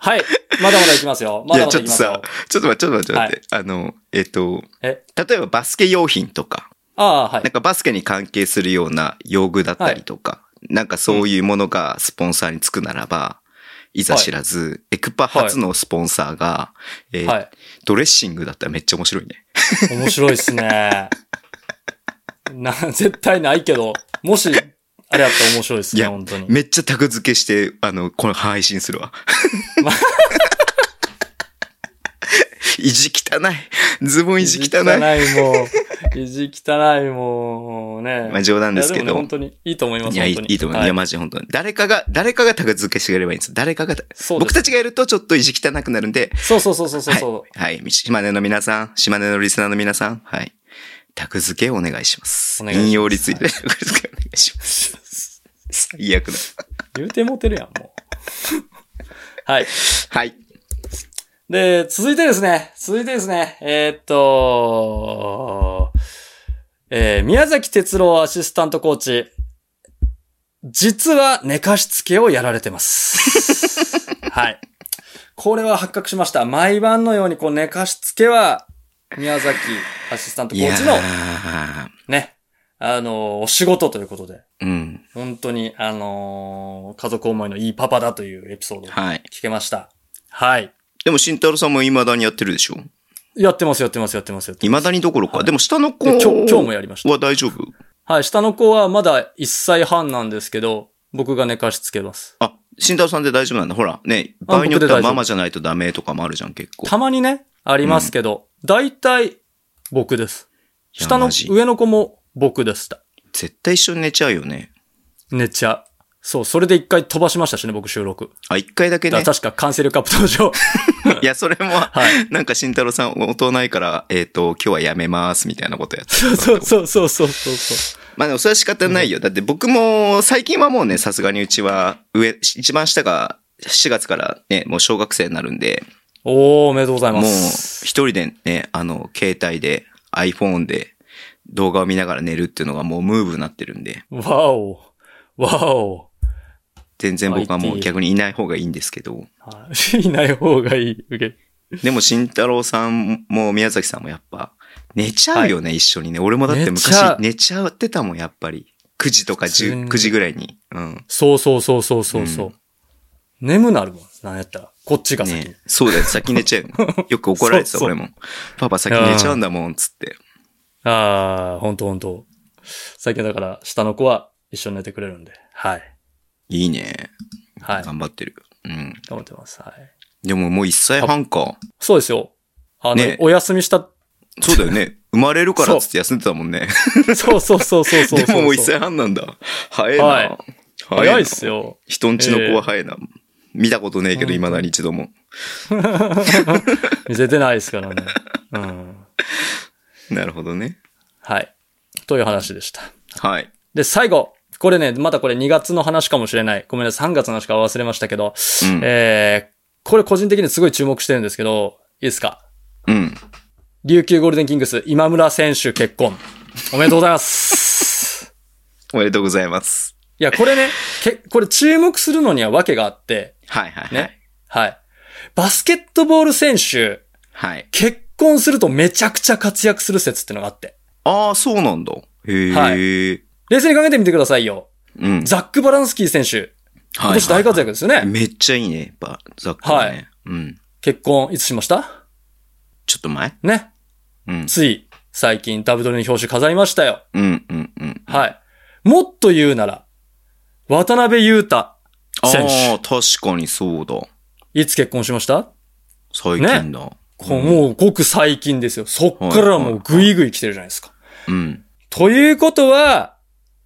Speaker 1: はい。まだまだいきますよ。ま
Speaker 2: い
Speaker 1: だ
Speaker 2: や、
Speaker 1: ま
Speaker 2: ち
Speaker 1: だ
Speaker 2: ょ
Speaker 1: い
Speaker 2: っ
Speaker 1: き
Speaker 2: と
Speaker 1: ます
Speaker 2: さ
Speaker 1: よ。、
Speaker 2: ちょっと待って、ちょっと待って、待ってあの、えっ、と、
Speaker 1: え、
Speaker 2: 例えばバスケ用品とか、
Speaker 1: ああ、は
Speaker 2: なん
Speaker 1: い。
Speaker 2: かバスケに関係するような用具だったりとか、なんかそういうものがスポンサーにつくならば、いざ知らず、エクパ初のスポンサーが、えー
Speaker 1: はい。
Speaker 2: ドレッシングだったらめっちゃ面白いね。
Speaker 1: 面白いっすね。 な、絶対ないけど、もし、あれやったら面白いっす
Speaker 2: い
Speaker 1: ね、
Speaker 2: や
Speaker 1: 本当に。
Speaker 2: めっちゃタグ付けして、あの、この配信するわ。意地汚い。ズボン意地汚い。
Speaker 1: い。もう。意地汚い、もう、ね。
Speaker 2: まあ冗談ですけ
Speaker 1: いやでも
Speaker 2: ど
Speaker 1: ね本。当に、いいと思います、
Speaker 2: いや、いい
Speaker 1: 本当に
Speaker 2: いいと思う。、
Speaker 1: はい
Speaker 2: や、マジ本当に。誰かが、誰かがタグ付けしてくれればいいんです。誰かが、
Speaker 1: そうで
Speaker 2: 僕
Speaker 1: す。
Speaker 2: たちがやるとちょっと意地汚くなるんで、
Speaker 1: そうそうそうそうそうそう。
Speaker 2: はい。はい。島根の皆さん、島根のリスナーの皆さん、はい。タグ付けをお願いします。
Speaker 1: お願いします
Speaker 2: 引用リツイートでタ グ付けお願いします。最悪だ。
Speaker 1: 言うてもてるやん、もう。はい。
Speaker 2: はい。
Speaker 1: で、続いてですね。続いてですね。えーっと、えー宮崎哲郎アシスタントコーチ。実は寝かしつけをやられ てます。はい。これは発覚しました。毎晩のようにこう寝かしつけは、宮崎アシスタント
Speaker 2: い
Speaker 1: コー
Speaker 2: や
Speaker 1: チの
Speaker 2: ー
Speaker 1: ね、あのーお仕事ということで、
Speaker 2: うん。
Speaker 1: 本当に、あのー家族思いのいいパパだというエピソードを
Speaker 2: はい。
Speaker 1: 聞けました。はい。
Speaker 2: でも、慎太郎さんも未だにやってるでしょ
Speaker 1: やってます、やってます、やってます、やってます。
Speaker 2: 未だにどころか。でも、下の子
Speaker 1: で今日今日もやりました。
Speaker 2: は大丈夫
Speaker 1: はい、下の子はまだ1歳半なんですけど、僕が寝かしつけます。
Speaker 2: あ、慎太郎さんで大丈夫なんだ。ほら、ね、場合によってはママじゃないとダメとかもあるじゃん、結構。
Speaker 1: たまにね、ありますけど、大体、僕です。
Speaker 2: いや
Speaker 1: 下の
Speaker 2: マ、ジ
Speaker 1: 上の子も僕でした。
Speaker 2: 絶対一緒に寝ちゃうよね。
Speaker 1: 寝ちゃう。そう、それで一回飛ばしましたしね、僕収録。
Speaker 2: あ、一回だけ
Speaker 1: だ
Speaker 2: ね
Speaker 1: か。ら確かカンセルカップ登 場。
Speaker 2: いや、それも、
Speaker 1: はい。
Speaker 2: なんか慎太郎さん、音ないから、えっ、と、今日はやめます、みたいなことやって
Speaker 1: そうそうそうそうそうそうそう。
Speaker 2: まあでもそれは仕方ないよ。だって僕も、最近はもうね、さすがにうちは、上、一番下が、4月からね、もう小学生になるんで、
Speaker 1: おー、おめでとうござい
Speaker 2: も
Speaker 1: ま
Speaker 2: う
Speaker 1: す。
Speaker 2: 一人でね、あの、携帯で、iPhone で動画を見ながら寝るっていうのがもうムーブになってるんで、
Speaker 1: わお。わお。
Speaker 2: 全然僕はもう
Speaker 1: IT
Speaker 2: 逆にいない方がいいんですけど、
Speaker 1: はいいない方がいい。うげ
Speaker 2: でも慎太郎さんも宮崎さんもやっぱ、寝ちゃうよね、一緒にね。俺もだって
Speaker 1: 寝ちゃ
Speaker 2: 昔
Speaker 1: う
Speaker 2: 寝ちゃってたもん、やっぱり。9時とか
Speaker 1: 普通に
Speaker 2: 10、9時ぐらいに。うん。
Speaker 1: そうそうそうそうそうそう。
Speaker 2: うん
Speaker 1: 眠なるもん。なんやったら。こっちが先。
Speaker 2: ねそうだよ、先寝ちゃう よ。よく怒られてた、
Speaker 1: そうそう
Speaker 2: 俺も。パパ先寝ちゃうんだもん、つって。
Speaker 1: ああ、ほんとほんと。最近だから、下の子は一緒に寝てくれるんで。はい。
Speaker 2: いいね。
Speaker 1: はい。頑
Speaker 2: 頑張ってる。うん。
Speaker 1: 張ってます。はい。
Speaker 2: でももう1歳半か。
Speaker 1: そうですよ。あの、
Speaker 2: ね
Speaker 1: お休 みした。
Speaker 2: そうだよね。生まれるか
Speaker 1: そ
Speaker 2: ら
Speaker 1: う
Speaker 2: つって休んでたもんね。
Speaker 1: そうそうそうそうそうそう。
Speaker 2: でももう1歳半なんだ。早い
Speaker 1: はい
Speaker 2: な。な
Speaker 1: 早いっす。よ。
Speaker 2: 人んちの子は早いな。見たことねえけど、未だに一度も。
Speaker 1: 見せてないですからね。うん。
Speaker 2: なるほどね。
Speaker 1: はい。という話でした。
Speaker 2: はい。
Speaker 1: で、最後。これね、またこれ2月の話かもしれない。ごめんなさい、3月の話か忘れましたけど。
Speaker 2: うん
Speaker 1: えー、これ個人的にすごい注目してるんですけど、いいですか
Speaker 2: うん。
Speaker 1: 琉球ゴールデンキングス、今村選手結婚。おめでとうございます。
Speaker 2: おめでとうございます。
Speaker 1: いや、これね、け、これ注目するのには訳があって、
Speaker 2: はいはいはい。
Speaker 1: ね。はい。バスケットボール選手、
Speaker 2: はい。
Speaker 1: 結婚するとめちゃくちゃ活躍する説ってのがあって。
Speaker 2: ああ、そうなんだ。へえ。
Speaker 1: 冷静に考えてみてくださいよ。
Speaker 2: うん。
Speaker 1: ザック・バランスキー選手、今年大活躍ですよね。
Speaker 2: めっちゃいいね、やっぱ、ザックはね。
Speaker 1: はい
Speaker 2: うん。
Speaker 1: 結婚いつしました
Speaker 2: ちょっと前
Speaker 1: ね。
Speaker 2: うん。
Speaker 1: つい最近ダブドリの表紙飾りましたよ。
Speaker 2: うん、うん、うん。
Speaker 1: はい。もっと言うなら、渡辺裕太
Speaker 2: あ
Speaker 1: 選
Speaker 2: あ
Speaker 1: 手。
Speaker 2: ー、確かにそうだ。
Speaker 1: いつ結婚しました、
Speaker 2: 最近だ。
Speaker 1: こうもうごく最近ですよ。そっからもうぐいぐい来てるじゃないですか。
Speaker 2: うん。
Speaker 1: ということは、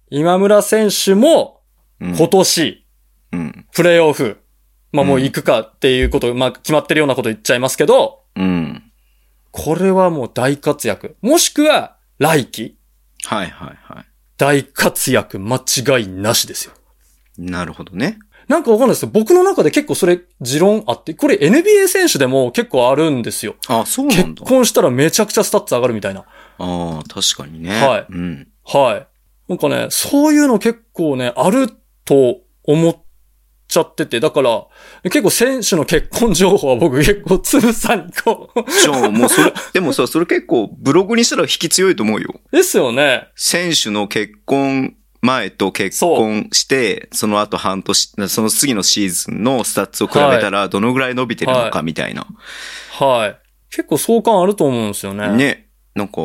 Speaker 1: 今村選手も
Speaker 2: うん。
Speaker 1: 今年、
Speaker 2: うん。
Speaker 1: プレイオフ、まあもう行くかっていうこと、まあ決まってるようなこと言っちゃいますけど、
Speaker 2: うん。
Speaker 1: これはもう大活躍。もしくは、来季、
Speaker 2: はいはいは
Speaker 1: 大活躍間違いなしですよ。
Speaker 2: い。なるほどね。
Speaker 1: なんかわかんないですよ。僕の中で結構それ、持論あって、これ NBA 選手でも結構あるんですよ。
Speaker 2: あ、そうなん
Speaker 1: 結
Speaker 2: だ。
Speaker 1: 婚したらめちゃくちゃスタッツ上がるみたいな。
Speaker 2: ああ、確かにね。
Speaker 1: はい
Speaker 2: うん。
Speaker 1: はい。なんかね、そういうの結構ね、あると思っちゃってて、だから、結構選手の結婚情報は僕結構つぶさにこう。
Speaker 2: じゃあ、もうそれ、でもさ、それ結構ブログにしたら引き強いと思うよ。
Speaker 1: ですよね。
Speaker 2: 選手の結婚前と結婚して、その後半年、その次のシーズンのスタッツを比べたら、どのぐらい伸びてるの
Speaker 1: は
Speaker 2: かみたいな。
Speaker 1: はい。結構相関あると思うんですよね。。
Speaker 2: ね。なんか、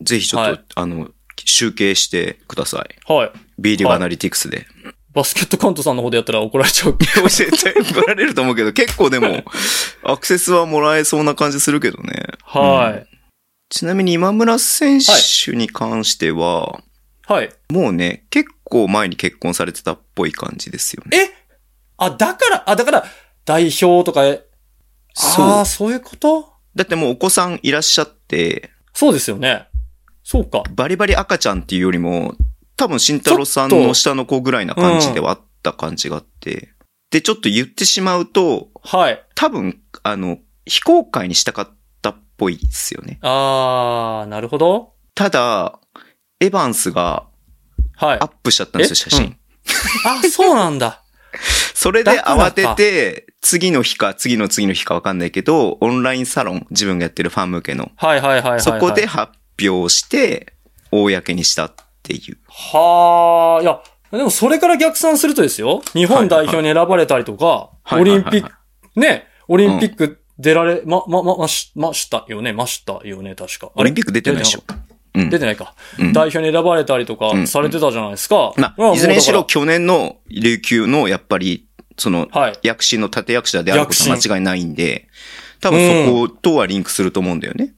Speaker 2: ぜひちょっと、
Speaker 1: はい
Speaker 2: あの、集計してください。
Speaker 1: はい。
Speaker 2: B リーグアナリティクス で。
Speaker 1: バスケットカントさんの方でやったら怒られちゃ う。
Speaker 2: でも絶対取られると思うけど、 結構でも、アクセスはもらえそうな感じするけどね。
Speaker 1: はい。
Speaker 2: うんちなみに今村選手に関しては、
Speaker 1: はい。
Speaker 2: もうね、結構前に結婚されてたっぽい感じですよね。
Speaker 1: えあ、だから、あ、だから、代表とか、え
Speaker 2: そう
Speaker 1: ああ、そういうこと
Speaker 2: だってもうお子さんいらっしゃって、
Speaker 1: そうですよね。そうか。
Speaker 2: バリバリ赤ちゃんっていうよりも、多分慎太郎さんの下の子ぐらいな感じではあった感じがあって。で、ちょっと言ってしまうと、
Speaker 1: はい。
Speaker 2: 多分、あの、非公開にしたかったっぽいですよね。
Speaker 1: ああ、なるほど。
Speaker 2: ただ、エヴァンスが
Speaker 1: はい
Speaker 2: ア。ップしちゃったんですよ、写
Speaker 1: え
Speaker 2: 真。
Speaker 1: うんあ、そうなんだ。
Speaker 2: それで
Speaker 1: だから
Speaker 2: 慌
Speaker 1: か
Speaker 2: てて、次の日か、次の次の日かわかんないけど、オンラインサロン、自分がやってるファン向けの、
Speaker 1: はいはいはいはい、はい。
Speaker 2: そこで。発表して、公にしたっていう。
Speaker 1: はあ、いや、でもそれから逆算するとですよ。日本代表に選ばれたりとか、
Speaker 2: はいはい
Speaker 1: オリンピッ
Speaker 2: は
Speaker 1: ク、ね、オリンピック出られ、ま、ま、ま、まし、ましたよね、ましたよね、確か。あ
Speaker 2: オリ
Speaker 1: れ
Speaker 2: ンピック出てないでしょ。うん
Speaker 1: 出てないか。
Speaker 2: うん
Speaker 1: 代表に選ばれたりと
Speaker 2: う
Speaker 1: か
Speaker 2: ん
Speaker 1: されてたじゃないですか。
Speaker 2: ま
Speaker 1: まあ
Speaker 2: あ、いずれにし
Speaker 1: も
Speaker 2: ろ
Speaker 1: う
Speaker 2: 去年の琉球のやっぱり、その
Speaker 1: はい、
Speaker 2: 躍進の立役者であることは間違いないんで、多分そことはリンクすると思うんだよね。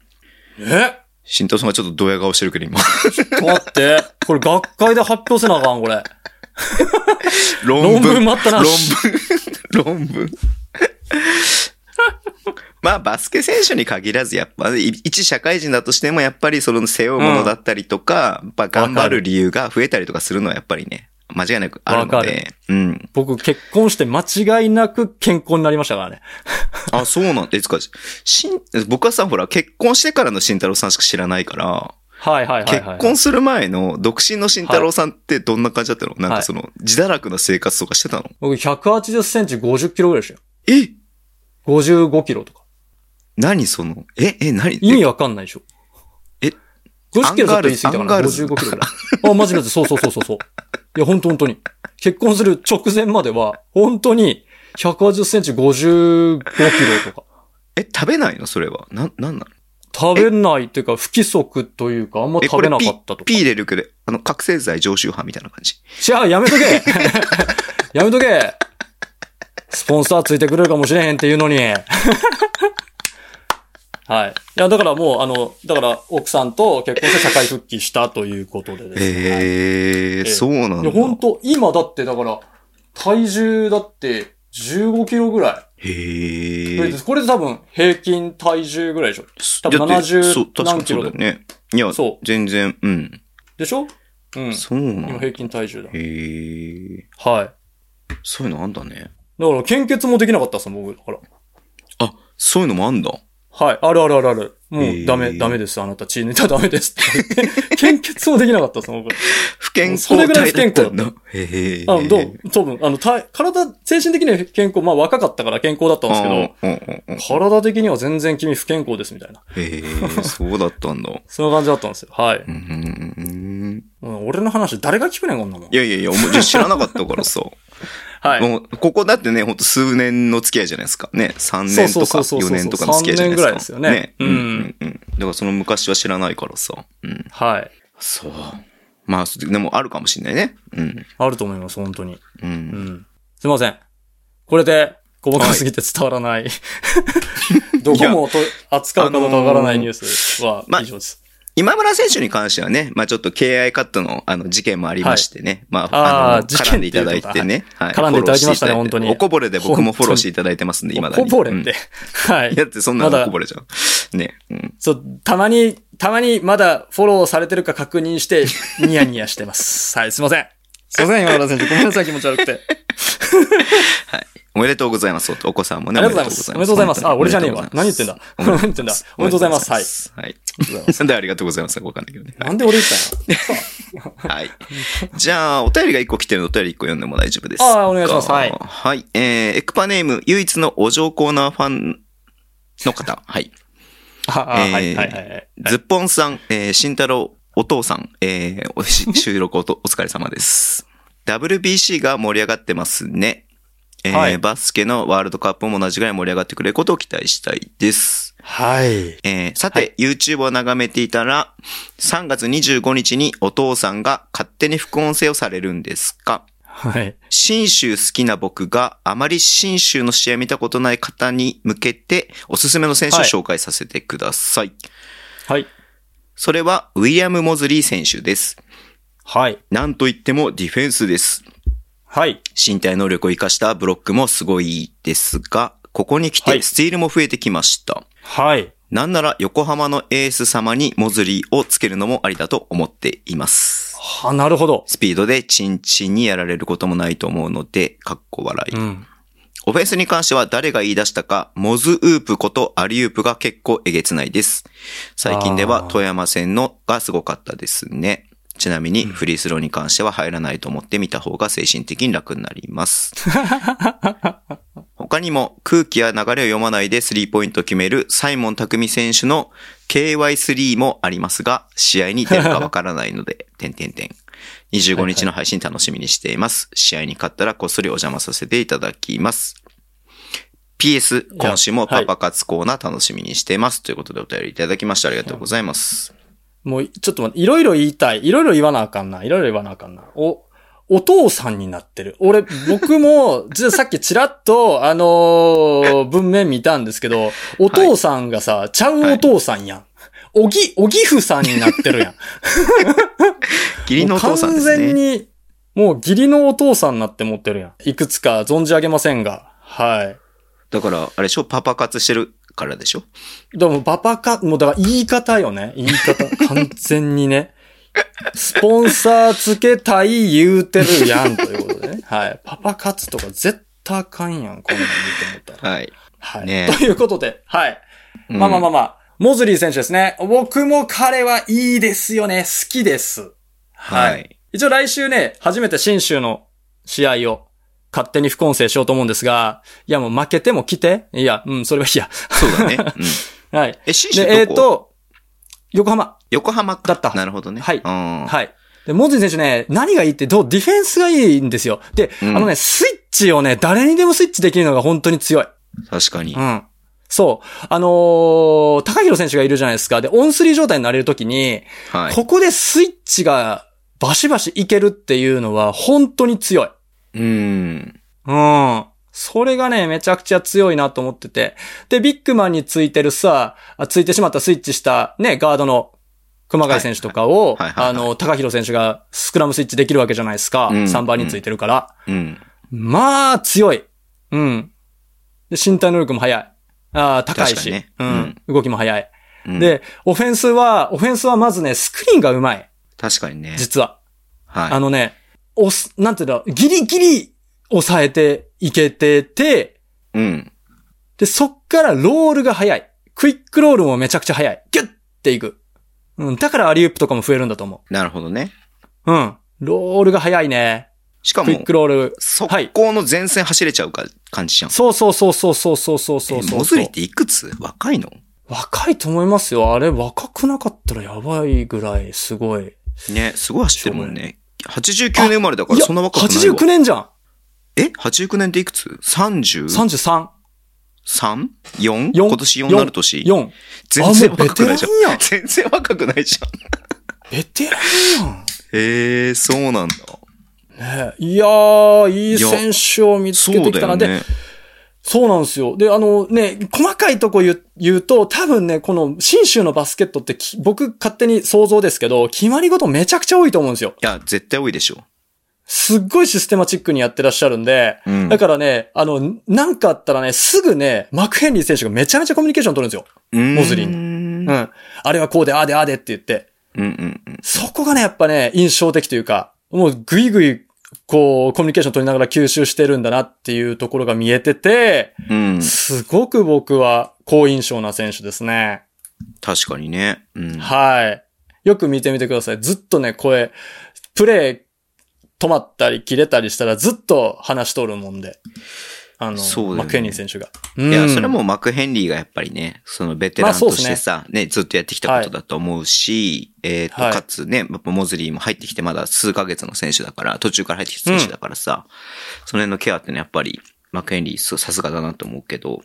Speaker 1: だから
Speaker 2: 新藤さんがちょっとドヤ顔してるけど今。
Speaker 1: え待って、これ学会で発表せなあかん、これ。
Speaker 2: 論
Speaker 1: 論文
Speaker 2: 文。
Speaker 1: 待ったな
Speaker 2: 論。文。論 文。まあ、バスケ選手に限らず、やっぱ、い一社会人だとしても、やっぱりその背負うものだったりとか、やっぱ頑張る理由が増えたりとかするのはやっぱりね、間違いなくあるの
Speaker 1: わかる
Speaker 2: で。うん。
Speaker 1: 僕結婚して間違いなく健康になりましたからね。
Speaker 2: あ、そうなんですか。しん、僕はさ、ほら、結婚してからの慎太郎さんしか知らないから、
Speaker 1: はいはいはい、はい。
Speaker 2: 結婚する前の独身の慎太郎さんってどんな感じだったの、なんかその、自堕落な生活とかしてたの
Speaker 1: 僕180センチ50キロぐらいでしたよ。
Speaker 2: え
Speaker 1: 55キロとか。
Speaker 2: 何その、え、え、何
Speaker 1: 意味わかんないでしょ。
Speaker 2: え
Speaker 1: ?50 キロだと言い過ぎたか
Speaker 2: アンガー
Speaker 1: な
Speaker 2: ルズ
Speaker 1: ?55 キロぐらい。あ、マジマジ、そうそうそうそうそう。いや、本当本当に。結婚する直前までは、本当に、180センチ55キロとか。
Speaker 2: え、食べないのそれは。な、なんなの
Speaker 1: 食べないっていうか、不規則というか、あんま
Speaker 2: え、こ
Speaker 1: 食べ
Speaker 2: れ
Speaker 1: なか
Speaker 2: P
Speaker 1: ったとか。
Speaker 2: P 入れるけど、あの、覚醒剤常習犯みたいな感じ。
Speaker 1: じゃあ、やめとけ やめとけスポンサーついてくれるかもしれへんっていうのに。はい。いや、だからもう、あの、だから、奥さんと結婚して社会復帰したということでですね。
Speaker 2: えー、
Speaker 1: え
Speaker 2: そうなん
Speaker 1: い
Speaker 2: だ
Speaker 1: や、。ほんと、今だって、だから、体重だって15キロぐら
Speaker 2: へ
Speaker 1: い。これ
Speaker 2: ー。
Speaker 1: これで多分平均体重ぐらいでしょ。多分
Speaker 2: だってそう
Speaker 1: 70
Speaker 2: 確か
Speaker 1: 何
Speaker 2: に
Speaker 1: キ
Speaker 2: そう
Speaker 1: ロ
Speaker 2: だよね。いや
Speaker 1: そ、
Speaker 2: 全然、うん。
Speaker 1: でしょうん。
Speaker 2: そうな
Speaker 1: 今
Speaker 2: んだ。
Speaker 1: 平均体重だ。
Speaker 2: へー。
Speaker 1: はい。
Speaker 2: そういうのあんだね。
Speaker 1: だから、献血もできなかったですもん、僕。だから。
Speaker 2: あ、そういうのもあんだ。
Speaker 1: はい。あるあるあるある。も
Speaker 2: へ
Speaker 1: う、
Speaker 2: ー
Speaker 1: ダメ、ダメです。あなた、血抜いたらダメです って言って。献血もできなかったですもん、僕。
Speaker 2: 不健康
Speaker 1: それぐらい
Speaker 2: 体だった
Speaker 1: 不
Speaker 2: ん
Speaker 1: 健
Speaker 2: だ。へー。
Speaker 1: あの、どう、多分、あの、体、体、精神的には健康、まあ若かったから健康だったんですけど、
Speaker 2: あーうんうんうん
Speaker 1: 体的には全然君不健康ですみたいな。
Speaker 2: へー、そうだったんだ。
Speaker 1: そんな感じだったんですよ。はい。
Speaker 2: うんうんうん
Speaker 1: うん俺の話誰が聞くねん、こんなもん。
Speaker 2: いやいやいや、おもじゃあ知らなかったからさ。
Speaker 1: はい。
Speaker 2: もうここだってね、ほんと数年の付き合いじゃないですか。ね、3
Speaker 1: そう
Speaker 2: 年
Speaker 1: そ
Speaker 2: と
Speaker 1: う
Speaker 2: か
Speaker 1: そうそうそう
Speaker 2: 4年とかの付き合いじゃないですか。
Speaker 1: 三年ぐらいですよね
Speaker 2: う
Speaker 1: うんん
Speaker 2: うんうん。だからその昔は知らないからさ。うん。
Speaker 1: はい。
Speaker 2: そう。まあ、でもあるかもしれないね。うん。
Speaker 1: あると思います、本当に。
Speaker 2: う。
Speaker 1: うんん。すいません。これで、細かすぎて伝わらない。 どこもと扱うかどうかわからないニュースは
Speaker 2: まあ
Speaker 1: 以上です。
Speaker 2: 今村選手に関してはね、まあちょっと KI カットのあの事件もありましてね。まあ、
Speaker 1: あー
Speaker 2: あの、
Speaker 1: 事件
Speaker 2: 絡んでいただい
Speaker 1: って
Speaker 2: て
Speaker 1: い
Speaker 2: ね。はい
Speaker 1: 絡んでいただきましたね
Speaker 2: フォローていだ
Speaker 1: 本当
Speaker 2: いて
Speaker 1: に
Speaker 2: おこぼれで僕もフォローしていただいてますんで、今だに。
Speaker 1: こぼれって。
Speaker 2: うん
Speaker 1: はいい
Speaker 2: や。だってそんな
Speaker 1: ま
Speaker 2: の
Speaker 1: だ
Speaker 2: こぼれじゃん。ね。うん。
Speaker 1: そう、たまに、たまにまだフォローされてるか確認して、ニヤニヤしてます。 はい、すいません。すいません、今村選手。ごめんなさい、気持ち悪くて。
Speaker 2: おめでとうございます。お子さんもね。
Speaker 1: ありがとうございます。おめでとうございます。あ、俺じゃねえわ。何言ってんだ。何言ってんだ。おめでとうございます。はい。
Speaker 2: はい。はい。
Speaker 1: ありがとうございます
Speaker 2: なん でありがとうございますかわかんないけどね。
Speaker 1: なんで俺言ったの
Speaker 2: はい。じゃあ、お便りが1個来てるのでお便り1個読んでも大丈夫です。
Speaker 1: あーお願いしますはい
Speaker 2: はい。えー、エクパネーム、唯一のお嬢コーナーファンの方。はい。
Speaker 1: あ、あ
Speaker 2: えー
Speaker 1: はい、はい、はい。
Speaker 2: ズッポンさん、えー、慎太郎、お父さん、えー、お し収録おとお疲れ様です。WBC が盛り上がってますね。えー
Speaker 1: はい
Speaker 2: バスケのワールドカップも同じぐらい盛り上がってくれることを期待したいです。
Speaker 1: はい。
Speaker 2: えーさて、YouTube を眺めていたら、3月25日にお父さんが勝手に副音声をされるんですか
Speaker 1: はい。
Speaker 2: 新州好きな僕があまり新州の試合見たことない方に向けて、おすすめの選手を
Speaker 1: はい
Speaker 2: 紹介させてください。
Speaker 1: はい。
Speaker 2: それは、ウィリアム・モズリー選手です。
Speaker 1: はい。
Speaker 2: なんといってもディフェンスです。
Speaker 1: はい。
Speaker 2: 身体能力を活かしたブロックもすごいですが、ここに来
Speaker 1: は
Speaker 2: て
Speaker 1: い
Speaker 2: スティールも増えてきました。
Speaker 1: はい。
Speaker 2: なんなら横浜のエース様にモズリーをつけるのもありだと思っています。
Speaker 1: は、なるほど。
Speaker 2: スピードでチンチンにやられることもないと思うので、かっこ笑い。
Speaker 1: ん。
Speaker 2: オフェンスに関しては誰が言い出したか、モズウープことアリウープが結構えげつないです。最近では
Speaker 1: あー
Speaker 2: 富山戦のがすごかったですね。ちなみにフリースローに関しては入らないと思ってみた方が精神的に楽になります。他にも空気や流れを読まないでスリーポイントを決めるサイモン匠選手の KY3 もありますが、試合に出るかわからないので、 点点点。25日の配信楽しみにしています。試合に勝ったらこっそりお邪魔させていただきます。PS、
Speaker 1: や
Speaker 2: 今週も
Speaker 1: は
Speaker 2: パ
Speaker 1: い
Speaker 2: パ活コーナー楽しみにしています。ということでお便りいただきました。ありがとうございます。
Speaker 1: もう、ちょっと待って、いろいろ言いたい。いろいろ言わなあかんな。いろいろ言わなあかんな。お、お父さんになってる。俺、僕も、 実はさっきちらっと、あのー文面見たんですけど、お父さんがさ、ちゃうお父さんやん。おぎ、おぎふさんになってるやん。
Speaker 2: 義理のお父さんです
Speaker 1: もう完全
Speaker 2: ね。
Speaker 1: に、もう義理のお父さんになって持ってるやん。いくつか存じ上げませんが。はい。
Speaker 2: だから、あれでしょパパ活してるからでしょ
Speaker 1: でも、パパか、もうだから言い方よね。言い 方。完全にね。スポンサーつけたい言うてるやんということで ね。はい。パパ活とか絶対あかんやん、こんなん言うて思ったら。
Speaker 2: はい。
Speaker 1: はい。
Speaker 2: ねえ
Speaker 1: ということで、はい。
Speaker 2: うん
Speaker 1: まあまあまあまあ。モズリー選手ですね。僕も彼はいいですよね。好きです。
Speaker 2: は。い。
Speaker 1: 一応来週ね、初めて新州の試合を勝手に副音声しようと思うんですが、いやもう負けても来て。いや、うん、それはいいや。
Speaker 2: そうだね。うん
Speaker 1: はい。
Speaker 2: え、新州どこ
Speaker 1: で、えっ、と、横浜。
Speaker 2: 横浜か
Speaker 1: だった
Speaker 2: なるほどね。
Speaker 1: はい
Speaker 2: うん。
Speaker 1: はい。で、モズリ選手ね、何がいいって、どう、ディフェンスがいいんですよ。で、
Speaker 2: うん
Speaker 1: あのね、スイッチをね、誰にでもスイッチできるのが本当に強い。
Speaker 2: 確かに
Speaker 1: う。ん。そう。あのー高広選手がいるじゃないですか。で、オンスリー状態になれるときに、
Speaker 2: はい。
Speaker 1: ここでスイッチがバシバシいけるっていうのは本当に強い。
Speaker 2: うん。
Speaker 1: うん。それがね、めちゃくちゃ強いなと思ってて。で、ビッグマンについてるさ、あついてしまったスイッチしたね、ガードの熊谷選手とかを、
Speaker 2: はいはいはいはい
Speaker 1: あの、高広選手がスクラムスイッチできるわけじゃないですか。
Speaker 2: うん
Speaker 1: 3番についてるから。
Speaker 2: うん。
Speaker 1: まあ、強い。うん。で、身体能力も速い。ああ、高い
Speaker 2: 確か
Speaker 1: し、
Speaker 2: にね
Speaker 1: うん。動きも速い。
Speaker 2: うん、
Speaker 1: で、オフェンスは、オフェンスはまずね、スクリーンがうまい。
Speaker 2: 確かにね。
Speaker 1: 実は。あ
Speaker 2: は
Speaker 1: のね、おす、なんていうんだろう、ギリギリ抑えていけてて、
Speaker 2: い。うん。
Speaker 1: で、そっからロールが早い。クイックロールもめちゃくちゃ早い。ギュッていく。うん。だからアリウープとかも増えるんだと思
Speaker 2: なるほどね。
Speaker 1: う。うん。ロールが早いね。
Speaker 2: しか
Speaker 1: ク
Speaker 2: も
Speaker 1: イッ、クロール。はい
Speaker 2: 速攻の前線走れちゃうか、感じじゃん。
Speaker 1: そうそうそうそうそうそうそうそう
Speaker 2: えモズリっていくつ若いの
Speaker 1: 若いと思いますよ。あれ若くなかったらやばいぐらい、すごい。
Speaker 2: ね、すごい走ってるもんね。89年生まれだから、
Speaker 1: いや
Speaker 2: そんな若くないわ。
Speaker 1: 89年じゃん。
Speaker 2: え ?89 年っていくつ ?33?4?
Speaker 1: 33。四
Speaker 2: 今年4になる年。
Speaker 1: 4。
Speaker 2: 全然若くないじゃん
Speaker 1: あもうベテランやん。
Speaker 2: 全然若くないじゃん。
Speaker 1: ベテランやん。
Speaker 2: へえ、そうなんだ。
Speaker 1: ねいやー、いい選手を見つ
Speaker 2: そ
Speaker 1: けて
Speaker 2: うだ
Speaker 1: きたな。
Speaker 2: よ
Speaker 1: で、
Speaker 2: ね。
Speaker 1: そうなんですよ。で、あのね、細かいとこ言う言うと、多分ね、この新州のバスケットってき僕勝手に想像ですけど、決まりごとめちゃくちゃ多いと思うんですよ。
Speaker 2: いや、絶対多いでしょ。
Speaker 1: すっごいシステマチックにやってらっしゃるんで、
Speaker 2: うん
Speaker 1: だからね、あの、なんかあったらね、すぐね、マクヘンリー選手がめちゃめちゃコミュニケーション取るんですよ。
Speaker 2: モ
Speaker 1: モズリン
Speaker 2: ン。
Speaker 1: う
Speaker 2: うん
Speaker 1: ん。あれはこうで、ああで、ああでって言って。
Speaker 2: うんうん。
Speaker 1: そこがね、やっぱね、印象的というか、もうぐいぐい、こう、コミュニケーション取りながら吸収してるんだなっていうところが見えてて、
Speaker 2: うん。
Speaker 1: すごく僕は好印象な選手ですね。
Speaker 2: 確かにね。うん。
Speaker 1: はい。よく見てみてください。ずっとね、声、プレイ止まったり切れたりしたらずっと話しとるもんで。あの、
Speaker 2: そうだよね
Speaker 1: マクヘニー選手が。
Speaker 2: い
Speaker 1: うん
Speaker 2: や、それはもうマクヘンリーがやっぱりね、そのベテラン
Speaker 1: まあそう
Speaker 2: と
Speaker 1: です
Speaker 2: し
Speaker 1: ね
Speaker 2: てさ、ね、ずっとやってきたことだと思うし、えっと、
Speaker 1: はい
Speaker 2: かつね、やっぱモズリーも入ってきてまだ数ヶ月の選手だから、途中から入ってきた選手だからさ、その辺のケアってね、やっぱりマクヘンリーすさすがだなと思うけど、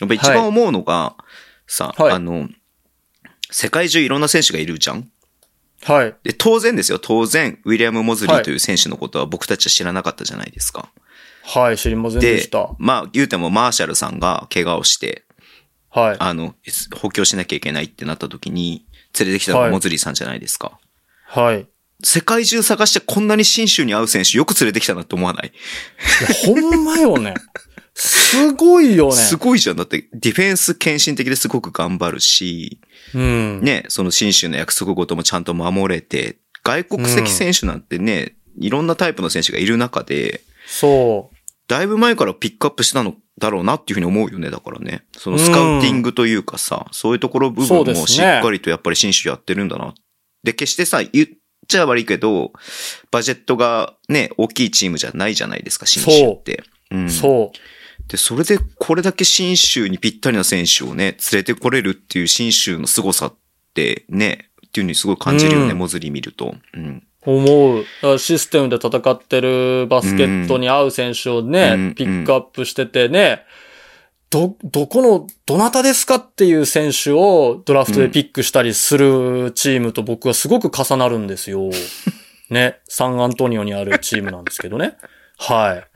Speaker 2: やっぱ一
Speaker 1: はい
Speaker 2: 番思うのが、さ、
Speaker 1: はい
Speaker 2: あの、世界中いろんな選手がいるじゃん
Speaker 1: はい。
Speaker 2: で、当然ですよ、当然、ウィリアム・モズリ
Speaker 1: は
Speaker 2: ー
Speaker 1: い
Speaker 2: という選手のことは僕たちは知らなかったじゃないですか。
Speaker 1: はい、知りませんで
Speaker 2: で
Speaker 1: した。、
Speaker 2: まあ、言うてもマーシャルさんが怪我をして、
Speaker 1: はい。
Speaker 2: あの、補強しなきゃいけないってなった時に、連れてきたの
Speaker 1: は
Speaker 2: が
Speaker 1: い
Speaker 2: モズリーさんじゃないですか。
Speaker 1: はい。い
Speaker 2: 世界中探してこんなに新州に合う選手よく連れてきたなって思わない、
Speaker 1: や、ほんまよね。すごいよね。
Speaker 2: すごいじゃん。だって、ディフェンス献身的ですごく頑張るし、
Speaker 1: うん。
Speaker 2: ね、その新州の約束事もちゃんと守れて、外国籍選手なんてね、いろんなタイプの選手がいる中で、
Speaker 1: そ
Speaker 2: だいぶ前からピックアップしたのだろうなっていうふうに思うよね、だからね。そのスカウティングというかさ、そういうところ部
Speaker 1: そう
Speaker 2: 分
Speaker 1: ですね
Speaker 2: もしっかりとやっぱり新種やってるんだな。で、決してさ、言っちゃ悪いけど、バジェットがね、大きいチームじゃないじゃないですか、新種って。うん
Speaker 1: う。、そう。
Speaker 2: で、それでこれだけ新州にぴったりな選手をね、連れてこれるっていう新州の凄さってね、っていうのにすごい感じるよね、
Speaker 1: うん
Speaker 2: モズリ見ると。うん。
Speaker 1: 思う。だからシステムで戦ってるバスケットに合う選手をね、
Speaker 2: うん
Speaker 1: ピックアップしててね、ど、どこの、どなたですかっていう選手をドラフトでピックしたりするチームと僕はすごく重なるんです よ。ね、サンアントニオにあるチームなんですけどね。はい。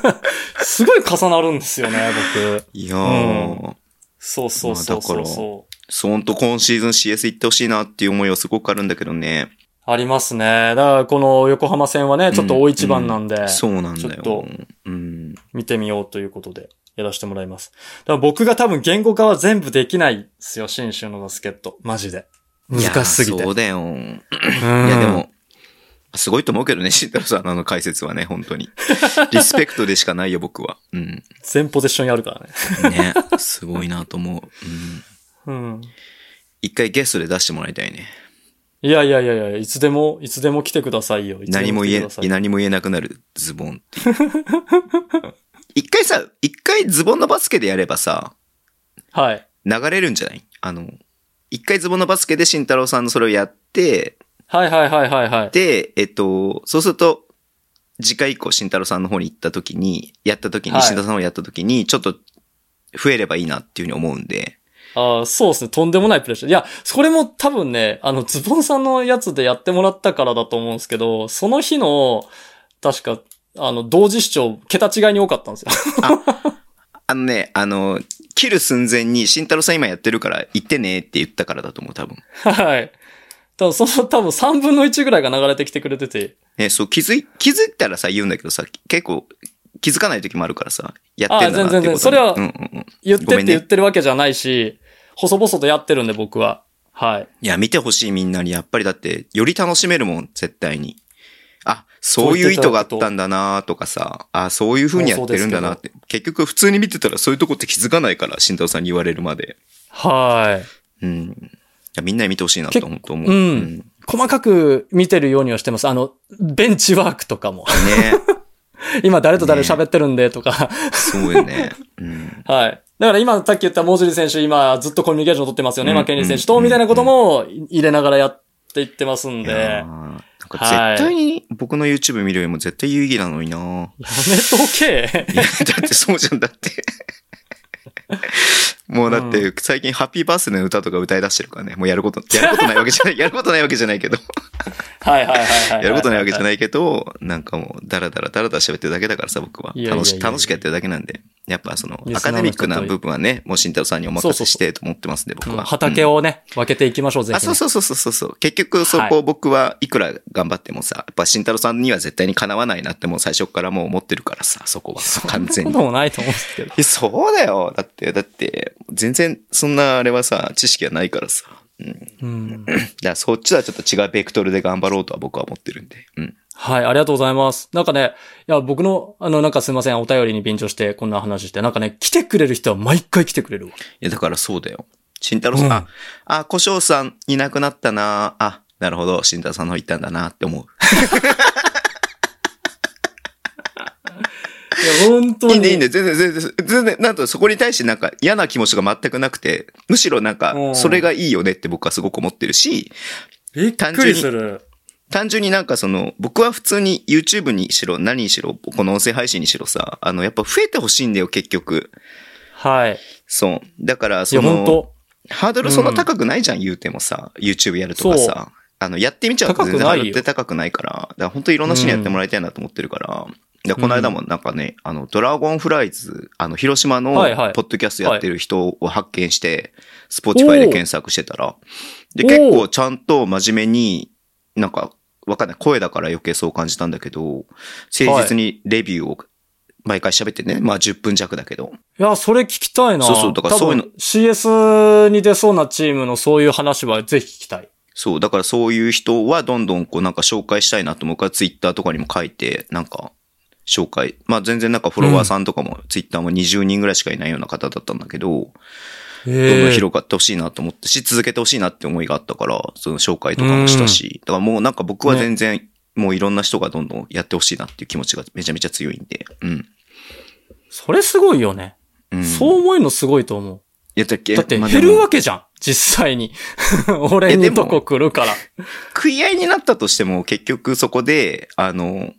Speaker 1: すごい重なるんですよね、僕。
Speaker 2: いやー。
Speaker 1: うそうそうそうそうそ
Speaker 2: そんと今シーズン CS 行ってほしいなっていう思いはすごくあるんだけどね。
Speaker 1: う。ありますね。だからこの横浜戦はね、ちょっと大一番なんで。
Speaker 2: そうなんだ
Speaker 1: ちょっ
Speaker 2: よ
Speaker 1: と。
Speaker 2: うん。
Speaker 1: 見てみようということで、やらせてもらいます。だから僕が多分言語化は全部できないですよ、新州のバスケット。マジで。難しすぎ
Speaker 2: い
Speaker 1: て。
Speaker 2: やそううだよ。い
Speaker 1: ん
Speaker 2: やで。も、すごいと思うけどね、慎太郎さんのあの解説はね、本当 に。リスペクトでしかないよ、僕は。うん。
Speaker 1: 全ポゼッションやるからね。
Speaker 2: ね。すごいなと思う。うん。
Speaker 1: うん。
Speaker 2: 一回ゲストで出してもらいたいね。
Speaker 1: いやいやいやいや、いつでも、いつでも来てくださいよ。いつで
Speaker 2: 何も
Speaker 1: 来て
Speaker 2: 言
Speaker 1: くださ
Speaker 2: え、
Speaker 1: いよ
Speaker 2: 何も言えなくなるズボンっていう。一回さ、一回ズボンのバスケでやればさ、
Speaker 1: はい。
Speaker 2: 流れるんじゃないあの、一回ズボンのバスケで慎太郎さんのそれをやって、
Speaker 1: はいはいはいはいはい。
Speaker 2: で、えっと、そうすると、次回以降、慎太郎さんの方に行った時に、やった時に、
Speaker 1: はい
Speaker 2: 慎太郎さんの方にやった時に、ちょっと、増えればいいなっていうふうに思うんで。
Speaker 1: ああ、そうですね。とんでもないプレッシャー。いや、それも多分ね、あの、ズボンさんのやつでやってもらったからだと思うんですけど、その日の、確か、あの、同時視聴、桁違いに多かったんですよ。
Speaker 2: あのね、あの、切る寸前に、慎太郎さん今やってるから、行ってねって言ったからだと思う、多分。
Speaker 1: はい。多分その多分3分の1ぐらいが流れてきてくれてて。
Speaker 2: ね、そう、気づい、気づいたらさ、言うんだけどさ、結構、気づかない時もあるからさ、やってんだなってこと
Speaker 1: あ全然全然それは
Speaker 2: うんうんうん。
Speaker 1: 言って
Speaker 2: ごめ
Speaker 1: って
Speaker 2: んね
Speaker 1: 言ってるわけじゃないし、細々とやってるんで僕は。はい。
Speaker 2: いや、見てほしいみんなに、やっぱりだって、より楽しめるもん、絶対に。あ、そういう意図があったんだなとかさ、あ、そういう風にやってるんだなって。結局、普通に見てたらそういうとこって気づかないから、慎太郎さんに言われるまで。
Speaker 1: はい。
Speaker 2: うん。いや、みんなに見てほしいなと
Speaker 1: 結
Speaker 2: 本当思う。
Speaker 1: うん細かく見てるようにはしてます。あの、ベンチワークとかも。
Speaker 2: ね
Speaker 1: 今誰と誰喋ってるんでとか。
Speaker 2: そうよ ね。うん。
Speaker 1: はい。だから今さっき言ったモーズリー選手、今ずっとコミュニケーション取ってますよね。
Speaker 2: うん
Speaker 1: マケニー選手
Speaker 2: う
Speaker 1: と、
Speaker 2: ん
Speaker 1: みたいなことも入れながらやっていってますん
Speaker 2: いや
Speaker 1: で
Speaker 2: ー。か絶対に僕の YouTube 見るよりも絶対有意義なのにな
Speaker 1: やめとけ。
Speaker 2: いや、 だってそうじゃんだって。もうだって最近ハッピーバースデーの歌とか歌い出してるからね。もうやること、やることないわけじゃ ない、やることないわけじゃないけど。
Speaker 1: はいはいはいはいはい。
Speaker 2: やることないわけじゃ
Speaker 1: い。
Speaker 2: ないけど、なんかもう、だらだらだらだら喋ってるだけだからさ、僕は。
Speaker 1: いやいやいや
Speaker 2: 楽し、楽しくやってるだけなんで。やっぱその
Speaker 1: リ、
Speaker 2: ア
Speaker 1: スナ
Speaker 2: カ
Speaker 1: ーの人
Speaker 2: デ
Speaker 1: と
Speaker 2: ミックな部分はね、もう慎太郎さんにお任せしてと思ってますんで、僕は。
Speaker 1: 畑をね、分けていきましょう、ぜ
Speaker 2: うん。
Speaker 1: ひね。
Speaker 2: あ、そうそうそうそうそうそう。結局そ
Speaker 1: はい
Speaker 2: こ僕はいくら頑張ってもさ、やっぱ慎太郎さんには絶対にかなわないなってもう最初からもう思ってるからさ、そこは。完全
Speaker 1: そ
Speaker 2: に
Speaker 1: んな。こともないと思うんですけど。
Speaker 2: いや、そうだよ。だって、だって、全然、そんなあれはさ、知識がないからさ。うん。だか
Speaker 1: うん。
Speaker 2: らそっちとはちょっと違うベクトルで頑張ろうとは僕は思ってるんで。うん。
Speaker 1: はい、ありがとうございます。なんかね、いや、僕の、あの、なんかすいません、お便りに便乗して、こんな話して、なんかね、来てくれる人は毎回来てくれるわ。
Speaker 2: いや、だからそうだよ。慎太郎さん、
Speaker 1: うん
Speaker 2: あ、あ、小翔さんいなくなったなあ、なるほど、慎太郎さんの方行ったんだなって思う。
Speaker 1: いや、本当に。
Speaker 2: いいね、いいね、全然、全然、全然、なんとそこに対してなんか嫌な気持ちが全くなくて、むしろなん
Speaker 1: う
Speaker 2: か、
Speaker 1: ん
Speaker 2: それがいいよねって僕はすごく思ってるし、
Speaker 1: びっくりする。
Speaker 2: 単純になんかその、僕は普通に YouTube にしろ、何にしろ、この音声配信にしろさ、あの、やっぱ増えてほしいんだよ、結局。
Speaker 1: はい。
Speaker 2: そう。だから、
Speaker 1: いや、
Speaker 2: そ
Speaker 1: 本
Speaker 2: の、
Speaker 1: 当
Speaker 2: ハードルそんな高くないじゃん、言うてもさ、YouTube やるとか
Speaker 1: そ
Speaker 2: さ。あの、やってみちゃうと全然
Speaker 1: 高く
Speaker 2: ハ
Speaker 1: な
Speaker 2: ー
Speaker 1: いよ
Speaker 2: ドルって高くないから、だから本当いろんな人にやってもらいたいなと思ってるから、だからこの間もなんかね、あの、ドラゴンフライズ、あの、広島の、ポ
Speaker 1: はいは
Speaker 2: ッ
Speaker 1: い
Speaker 2: ドキャストやってる人を発見して、スポーティファイで検索してたら、で、結構ちゃんと真面目に、なんか、わかんない。声だから余計そう感じたんだけど、誠実にレビューを毎回喋ってね、まあ10分弱だけど、
Speaker 1: いや、それ聞きたいな。
Speaker 2: そうそうだからそういうの
Speaker 1: 多分 CS に出そうなチームのそういう話はぜひ聞きたい。
Speaker 2: そう、だからそういう人はどんどんこうなんか紹介したいなと僕はツイッターとかにも書いて、なんか紹介。まあ全然なんかフォロワーさんとかも、ツイッターも20人ぐらいしかいないような方だったんだけど、どんどん
Speaker 1: ええ
Speaker 2: 広がってほしいなと思ってし、続けてほしいなって思いがあったから、その紹介とかもしたし、だからもうなんか僕は全然、もういろんな人がどんどんやってほしいなっていう気持ちがめちゃめちゃ強いんで、うん。
Speaker 1: それすごいよね。
Speaker 2: うん、
Speaker 1: そう思うのすごいと思う。
Speaker 2: いやだっけ
Speaker 1: だって
Speaker 2: まあ
Speaker 1: 減る
Speaker 2: でも
Speaker 1: わけじゃん。実際に。
Speaker 2: い
Speaker 1: 俺
Speaker 2: やで
Speaker 1: に
Speaker 2: も
Speaker 1: とこ来るから。
Speaker 2: 食い合いになったとしても、結局そこで、あの、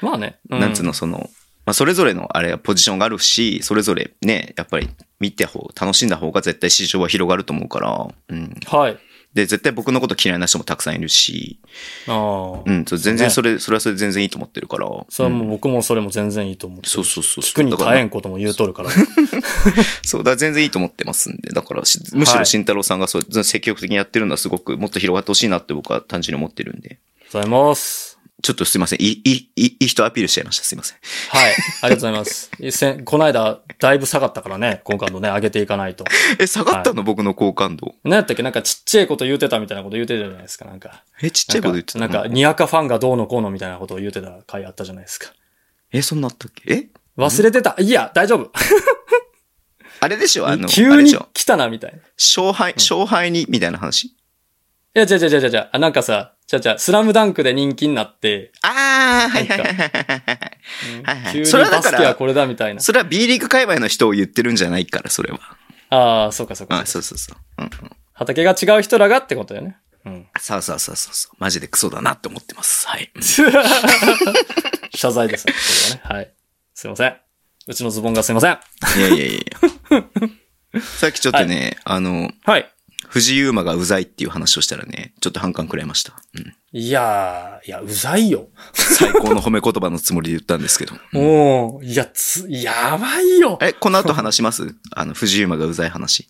Speaker 1: まあね。
Speaker 2: なんつう
Speaker 1: の。
Speaker 2: の、その、まあ、それぞれの、あれ、ポジションがあるし、それぞれね、やっぱり見てほ、楽しんだ方が絶対市場は広がると思うから、うん。
Speaker 1: はい。
Speaker 2: で、絶対僕のこと嫌いな人もたくさんいるし、
Speaker 1: ああ、
Speaker 2: うん、そう全然
Speaker 1: ね
Speaker 2: それ、それはそれで全然いいと思ってるから。
Speaker 1: それはも
Speaker 2: う
Speaker 1: うん僕もそれも全然いいと思う。
Speaker 2: そうそうそう。
Speaker 1: 聞くに
Speaker 2: だから
Speaker 1: 耐えんことも言うとるから。
Speaker 2: そう、だから全然いいと思ってますんで、だからし、むし
Speaker 1: は
Speaker 2: ろ
Speaker 1: い
Speaker 2: 慎太郎さんがそう、積極的にやってるのはすごく、もっと広がってほしいなって僕は単純に思ってるんで。
Speaker 1: ございます。
Speaker 2: ちょっとすいません。いい、いい、いい人アピールしちゃいました。すいません。
Speaker 1: はい。ありがとうございます。いせんこの間、だいぶ下がったからね。今回のね、上げていかないと。
Speaker 2: え、下がったの、僕の好感度。
Speaker 1: なんやったっけなんかちっちゃいこと言うてたみたいなこと言うてたじゃないですか。なんか。
Speaker 2: え、ちっちゃいこと言ってた
Speaker 1: なんか、なん
Speaker 2: う
Speaker 1: か
Speaker 2: ん
Speaker 1: にやかファンがどうのこうのみたいなことを言うてた回あったじゃないですか。
Speaker 2: え、そんなあったっけえ
Speaker 1: 忘れてた。いや、大丈夫。
Speaker 2: あれでしょあの、あ
Speaker 1: 急
Speaker 2: れで
Speaker 1: に
Speaker 2: しょ
Speaker 1: 来たな、みたいな。い
Speaker 2: 勝敗、勝敗に、みたいな話
Speaker 1: や、じゃじゃじゃじゃじゃ、あなんかさ、じゃじゃ、スラムダンクで人気になって、
Speaker 2: ああ、はいはいはいはいはいはい。
Speaker 1: 急に
Speaker 2: それはだ
Speaker 1: バ
Speaker 2: か
Speaker 1: スケは
Speaker 2: ら、
Speaker 1: これだみたいな。
Speaker 2: それは B リーグ界隈の人を言ってるんじゃないから、それは。
Speaker 1: ああ、そうかそうか
Speaker 2: あそうそうそう。うんうん。
Speaker 1: 畑が違う人らがってことだよね。 うん。
Speaker 2: そうそうそうそうそう。マジでクソだなって思ってます。 はい。
Speaker 1: 謝罪です。これはね。はい。すいません。うちのズボンがすいません。
Speaker 2: いやいやいやいやさっきちょっとね、あの、
Speaker 1: はい。
Speaker 2: 藤井優馬がうざいっていう話をしたらね、ちょっと反感くらいました。うん。
Speaker 1: いやー、いや、うざいよ。
Speaker 2: 最高の褒め言葉のつもりで言ったん ですけど。
Speaker 1: もう、いや、つ、やばいよ。
Speaker 2: え、この後話しますあの、藤井優馬がうざい話。
Speaker 1: い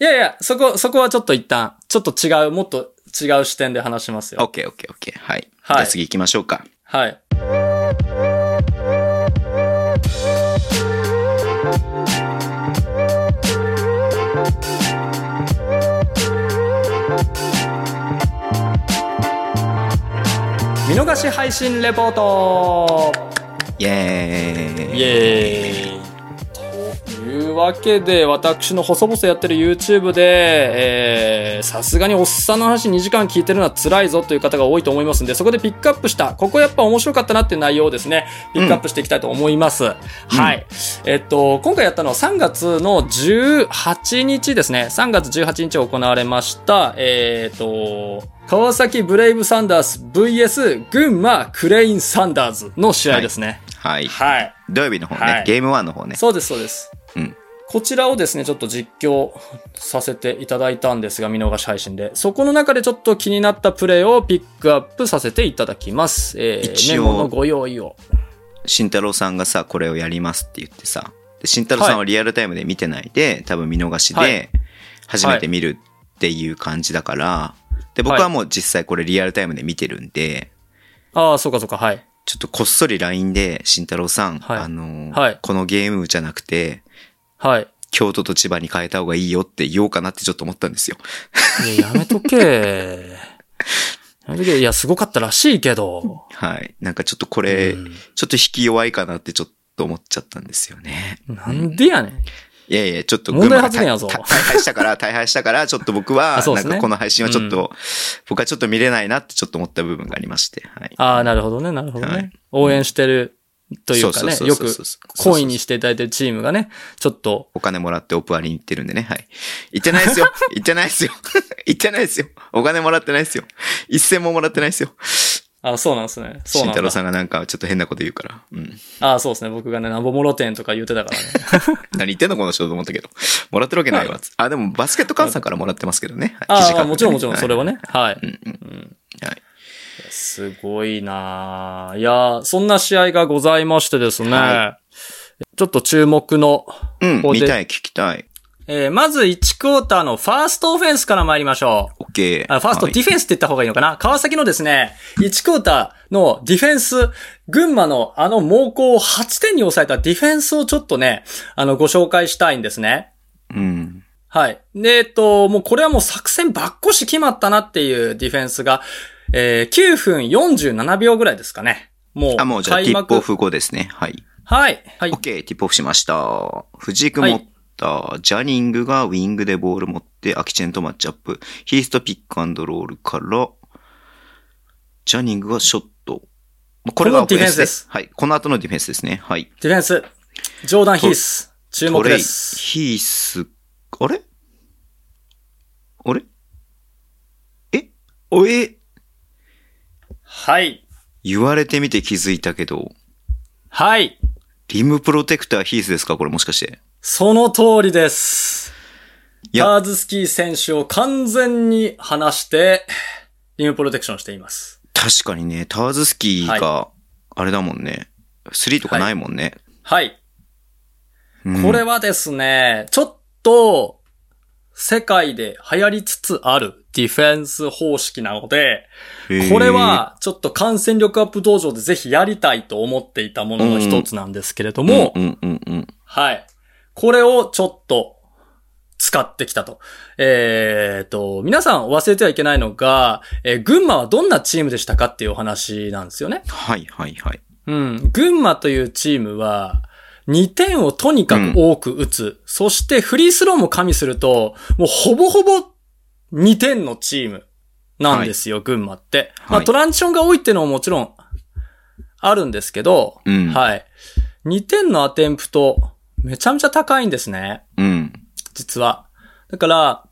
Speaker 1: やいや、そこ、そこはちょっと一旦、ちょっと違う、もっと違う視点で話します
Speaker 2: オッ
Speaker 1: よ。
Speaker 2: ケーオッケーオッケー。はい。
Speaker 1: はい
Speaker 2: じゃあ次行きましょうか。
Speaker 1: はい。見逃し配信レポート
Speaker 2: イェーイ。
Speaker 1: イエーイというわわけで、私の細々やってる YouTube で、えーさすがにおっさんの話2時間聞いてるのは辛いぞという方が多いと思いますんで、そこでピックアップした、ここやっぱ面白かったなっていう内容をですね、ピックアップしていきたいと思います。はい。えっと、今回やったのは3月の18日ですね。3月18日行われました、えーっと、川崎ブレイブサンダース VS 群馬クレインサンダーズの試合ですね。
Speaker 2: はい。
Speaker 1: はい
Speaker 2: 土曜日の方ね、
Speaker 1: はい
Speaker 2: ゲーム1の方ね。
Speaker 1: そうです、そうです。
Speaker 2: うん
Speaker 1: こちらをですね、ちょっと実況させていただいたんですが、見逃し配信で。そこの中でちょっと気になったプレーをピックアップさせていただきます。えー、
Speaker 2: 一応
Speaker 1: メモのご用意を。
Speaker 2: 慎太郎さんがさ、これをやりますって言ってさ、で慎太郎さんはリアルタイムで見てないで、多分見逃し
Speaker 1: は
Speaker 2: で、初めて見るっていう感じだから、で、僕はもう実際これリアルタイムで見てるんで、
Speaker 1: ああ、そうかそうか、はい。
Speaker 2: ちょっとこっそり LINE で、慎太郎さん、
Speaker 1: はい
Speaker 2: あのー
Speaker 1: はい
Speaker 2: このゲームじゃなくて、
Speaker 1: はい。
Speaker 2: 京都と千葉に変えた方がいいよって言おうかなってちょっと思ったんですよ。
Speaker 1: いや、やめとけ。 やめとけ。いや、すごかったらしいけど。
Speaker 2: はい。なんかちょっとこれ、
Speaker 1: うん
Speaker 2: ちょっと引き弱いかなってちょっと思っちゃったんですよね。
Speaker 1: なんでやねん。
Speaker 2: いやいや、ちょっと
Speaker 1: 問題
Speaker 2: 群馬が
Speaker 1: 発言やぞ
Speaker 2: たた大敗した から、大敗したから、ちょっと僕は
Speaker 1: あ、そうで
Speaker 2: なん
Speaker 1: すね
Speaker 2: かこの配信はちょっと、僕はちょっと見れないなってちょっと思った部分がありまして。はい。
Speaker 1: ああ、なるほどね、なるほどね。
Speaker 2: はい
Speaker 1: 応援してるというかね、
Speaker 2: そうそう
Speaker 1: よ
Speaker 2: そう
Speaker 1: く
Speaker 2: そうそうそう
Speaker 1: 懇意にしていただいてるチームがね、ちょっと
Speaker 2: お金もらってオプアリに行ってるんでね。はい。行ってない ですよ。行ってないですよ。行ってないですよ。お金もらってないですよ。一銭ももらってないですよ。
Speaker 1: あ、そうなんですね。そう
Speaker 2: 慎
Speaker 1: なん
Speaker 2: 太郎
Speaker 1: だ。
Speaker 2: さんがなんかちょっと変なこと言うから。うん。
Speaker 1: あそうですね。僕がね、なんぼもろてんとか言ってたからね。
Speaker 2: 何言ってんのこの人と思ったけど。もらってるわけないわ。あ、でもバスケット換算からもらってますけどね。はい
Speaker 1: あ
Speaker 2: 記事書く
Speaker 1: あ、
Speaker 2: で
Speaker 1: もちろんもちろん、
Speaker 2: はい
Speaker 1: それはね。は
Speaker 2: は
Speaker 1: い。
Speaker 2: い。
Speaker 1: すごいなあいやーそんな試合がございましてですね。
Speaker 2: は
Speaker 1: ちょっと注目の、
Speaker 2: うん
Speaker 1: こ、こで
Speaker 2: 見たい、聞きたい。
Speaker 1: えーまず1クォーターのファーストオフェンスから参りましょう。
Speaker 2: OK。
Speaker 1: あファースト
Speaker 2: はい
Speaker 1: ディフェンスって言った方がいいのかな、川崎のですね、1クォーターのディフェンス、群馬のあの猛攻を8点に抑えたディフェンスをちょっとね、あの、ご紹介したいんですね。
Speaker 2: うん。
Speaker 1: はい。で、えっと、もうこれはもう作戦ばっこし決まったなっていうディフェンスが、えー9分47秒ぐらいですかね。もう開幕。
Speaker 2: あ、もうじゃあ、ティップオフ後ですね。はい。
Speaker 1: はい。はい。
Speaker 2: OK、ティップオフしました。藤井君持った、ジャニングがウィングでボール持って、アキチェンとマッチアップ。ヒーストピックアンドロールから、ジャニングがショット。まあこれが
Speaker 1: このディフェンス
Speaker 2: オ
Speaker 1: です
Speaker 2: はい。この後のディフェンスですね。はい。
Speaker 1: ディフェンス。ジョーダン・ヒース。注目
Speaker 2: トレ
Speaker 1: で
Speaker 2: イ、ヒ
Speaker 1: す。
Speaker 2: ース、あれあれえおえ
Speaker 1: はい。
Speaker 2: 言われてみて気づいたけど、
Speaker 1: はい。
Speaker 2: リムプロテクターヒースですかこれもしかして。
Speaker 1: その通りです。
Speaker 2: いや
Speaker 1: ターズスキー選手を完全に離して、リムプロテクションしています。
Speaker 2: 確かにね、ターズスキーが、あれだもんね。スリーとかないもんね。
Speaker 1: はい。
Speaker 2: うん
Speaker 1: これはですね、ちょっと、世界で流行りつつあるディフェンス方式なので、これ、はちょっと感染力アップ道場でぜひやりたいと思っていたものの一つなんですけれど
Speaker 2: へー
Speaker 1: も、
Speaker 2: うんうんうんうん。
Speaker 1: はい。これをちょっと使ってきたと。えー、と、皆さん忘れてはいけないのが、えー群馬はどんなチームでしたかっていうお話なんですよね。
Speaker 2: はいはいはい。
Speaker 1: うん。群馬というチームは、2点をとにかく多く打つ。そしてフリースローも加味すると、もうほぼほぼ2点のチームなんですよ、群馬って。ま
Speaker 2: は
Speaker 1: あ
Speaker 2: い
Speaker 1: トランジションが多いっていうのももちろんあるんですけど、
Speaker 2: うん
Speaker 1: はい。2点のアテンプト、めちゃめちゃ高いんですね、
Speaker 2: うん。
Speaker 1: 実は。だから、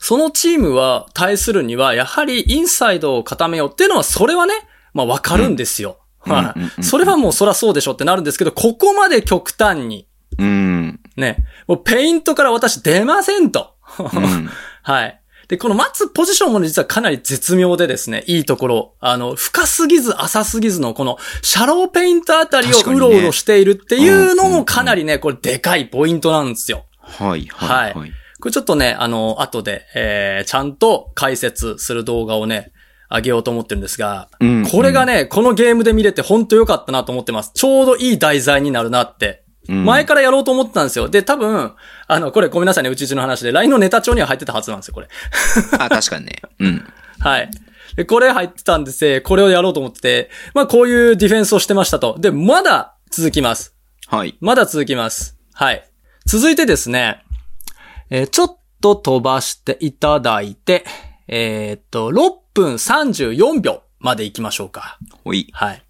Speaker 1: そのチームは、対するには、やはりインサイドを固めようっていうのは、それはね、まあわかるんですよ。
Speaker 2: うん
Speaker 1: は
Speaker 2: う
Speaker 1: い
Speaker 2: んうんうん
Speaker 1: それはもうそらそうでしょってなるんですけど、ここまで極端に、
Speaker 2: うん。
Speaker 1: ね、もうペイントから私出ませんと。
Speaker 2: うん
Speaker 1: はい。で、この待つポジションもね実はかなり絶妙でですね、いいところ、あの、深すぎず浅すぎずのこの、シャローペイントあたりを
Speaker 2: 確かに
Speaker 1: う
Speaker 2: ね
Speaker 1: ろうろしているっていうのもかなりね、これでかいポイントなんですよ。
Speaker 2: はいはいはい。
Speaker 1: これちょっとね、あの、後で、えー、ちゃんと解説する動画をね、あげようと思ってるんですが、
Speaker 2: うん
Speaker 1: これがね、このゲームで見れて本当良かったなと思ってます。ちょうどいい題材になるなって。
Speaker 2: うん
Speaker 1: 前からやろうと思ってたんですよ。で、多分、あの、これごめんなさいね、うちうちの話で。LINE のネタ帳には入ってたはずなんですよ、これ。
Speaker 2: あ、確かにね。うん。
Speaker 1: はい。で、これ入ってたんですよこれをやろうと思ってて、まあこういうディフェンスをしてましたと。で、まだ続きます。
Speaker 2: はい。
Speaker 1: まだ続きます。はい。続いてですね、えーちょっと飛ばしていただいて、えーっと、6分34秒まで行きましょうか。
Speaker 2: おい。
Speaker 1: はい。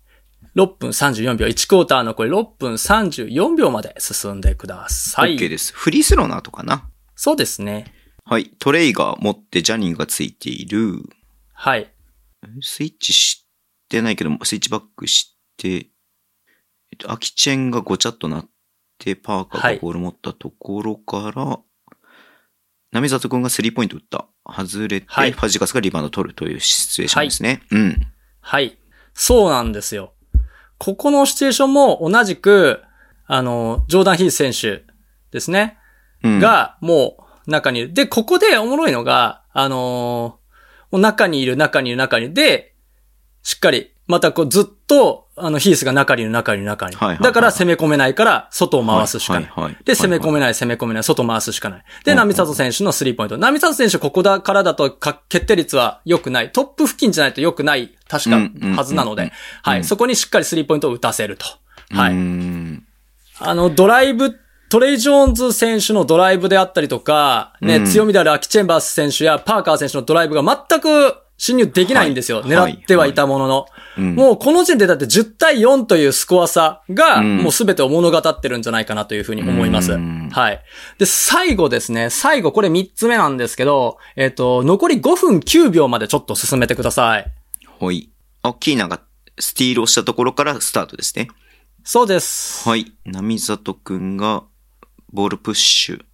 Speaker 1: 6分34秒、1クォーターのこれ6分34秒まで進んでください。
Speaker 2: OK です。フリースローの後かな。
Speaker 1: そうですね。
Speaker 2: はい。トレイが持ってジャニーがついている。
Speaker 1: はい。
Speaker 2: スイッチしてないけど、スイッチバックして、えっと、アキチェンがごちゃっとなって、パーカーがボール持ったところから、波里くんがスリーポイント打った。外れて、
Speaker 1: はい
Speaker 2: ファジカスがリバウンド取るというシチュエーションですね。うん。
Speaker 1: はい。そうなんですよ。ここのシチュエーションも同じく、あの、ジョーダン・ヒース選手ですね。
Speaker 2: うん、
Speaker 1: が、もう、中にいる。で、ここでおもろいのが、あのーもう中にいる、中にいる、中にいる。で、しっかり、またこうずっと、あの、ヒースが中にいる、中にいる、中にいる。
Speaker 2: はいはいはい
Speaker 1: だから攻め込めないから、外を回すしかな
Speaker 2: は
Speaker 1: い。
Speaker 2: いはいはい
Speaker 1: で、攻め込
Speaker 2: はい
Speaker 1: めない、攻め込めない、外回すしかない。
Speaker 2: う
Speaker 1: で、
Speaker 2: んうん
Speaker 1: 波里選手のスリーポイント。波里選手、ここだからだとか、決定率は良くない。トップ付近じゃないと良くない、確
Speaker 2: うんうんうんう
Speaker 1: か、
Speaker 2: ん
Speaker 1: はずなので。は
Speaker 2: うん
Speaker 1: い。そこにしっかりスリーポイントを打たせると。はい。
Speaker 2: うーん
Speaker 1: あの、ドライブ、トレイ・ジョーンズ選手のドライブであったりとか、ね、
Speaker 2: うん
Speaker 1: 強みであるアキ・チェンバース選手やパーカー選手のドライブが全く侵入できないんですよ。
Speaker 2: はい
Speaker 1: 狙ってはいたものの。
Speaker 2: うん
Speaker 1: もうこの時点でだって10対4というスコア差が、
Speaker 2: うん
Speaker 1: もう全てを物語ってるんじゃないかなというふうに思います。
Speaker 2: うん
Speaker 1: はい。で、最後ですね。最後、これ3つ目なんですけど、えっ、と、残り5分9秒までちょっと進めてください。
Speaker 2: ほい。アキーナがスティールをしたところからスタートですね。
Speaker 1: そうです。
Speaker 2: はい。波里くんが、ボールプッシュ。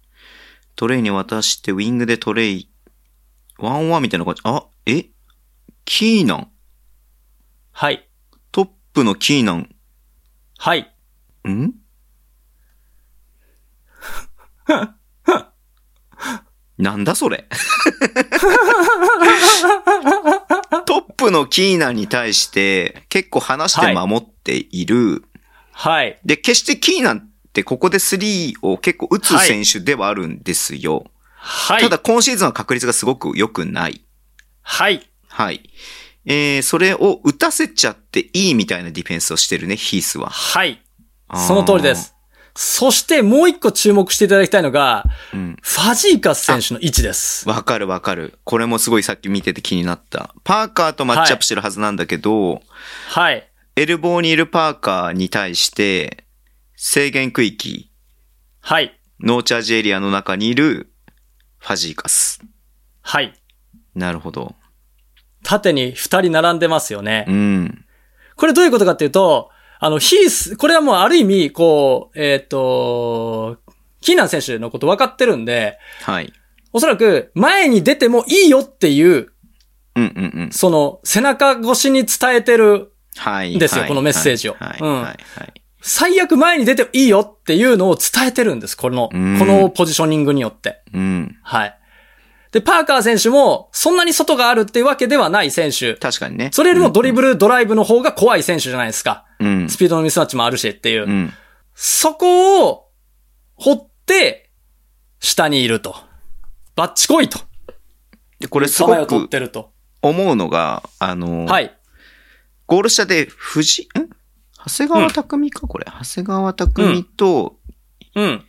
Speaker 2: トレイに渡して、ウィングでトレイ、ワンワンみたいな感じ。あ、えキーナン
Speaker 1: はい。
Speaker 2: トップのキーナン
Speaker 1: はい。
Speaker 2: ん なんだそれトップのキーナンに対して結構話して守っている、
Speaker 1: はい。
Speaker 2: で、決してキーナンってここで3を結構打つ選手ではあるんですよ。
Speaker 1: はい。
Speaker 2: ただ、今シーズンは確率がすごく良くない。
Speaker 1: はい。
Speaker 2: はい。えー、それを打たせちゃっていいみたいなディフェンスをしてるね、ヒースは。
Speaker 1: はい。
Speaker 2: あー
Speaker 1: その通りで。す。そしてもう一個注目していただきたいのが、
Speaker 2: うん。
Speaker 1: ファジーカス選手の位置です。
Speaker 2: わかるわかる。これもすごいさっき見てて気になった。パーカーとマッチアップしてるはずなんだけど、
Speaker 1: はい。
Speaker 2: エルボーにいるパーカーに対して、制限区域、
Speaker 1: はい。
Speaker 2: ノーチャージエリアの中にいるファジーカス。
Speaker 1: はい。
Speaker 2: なるほど。
Speaker 1: 縦に二人並んでますよね
Speaker 2: う。ん。
Speaker 1: これどういうことかっていうと、あの、ヒース、これはもうある意味、こう、えっ、と、キーナン選手のこと分かってるんで、
Speaker 2: はい。
Speaker 1: おそらく前に出てもいいよっていう、
Speaker 2: うんうんうん。
Speaker 1: その背中越しに伝えてる
Speaker 2: はい。
Speaker 1: ですよ
Speaker 2: はい
Speaker 1: このメッセージを
Speaker 2: はい。
Speaker 1: うん
Speaker 2: はい。はい。
Speaker 1: 最悪前に出ていいよっていうのを伝えてるんです。この、こ
Speaker 2: うん
Speaker 1: のポジショニングによって。
Speaker 2: うん。
Speaker 1: はい。で、パーカー選手も、そんなに外があるっていうわけではない選手。
Speaker 2: 確かにね。
Speaker 1: それよりもドリブル、ドライブの方が怖い選手じゃないですか。
Speaker 2: うん。
Speaker 1: スピードのミスマッチもあるしっていうう。
Speaker 2: ん。
Speaker 1: そこを、掘って、下にいると。バッチ来いと。
Speaker 2: で、これす
Speaker 1: さ
Speaker 2: ご
Speaker 1: を取っ
Speaker 2: く
Speaker 1: てると。
Speaker 2: 思うのが、あの、
Speaker 1: はい。
Speaker 2: ゴール下で藤、ん長谷川匠か、これ。長谷川匠と
Speaker 1: うん。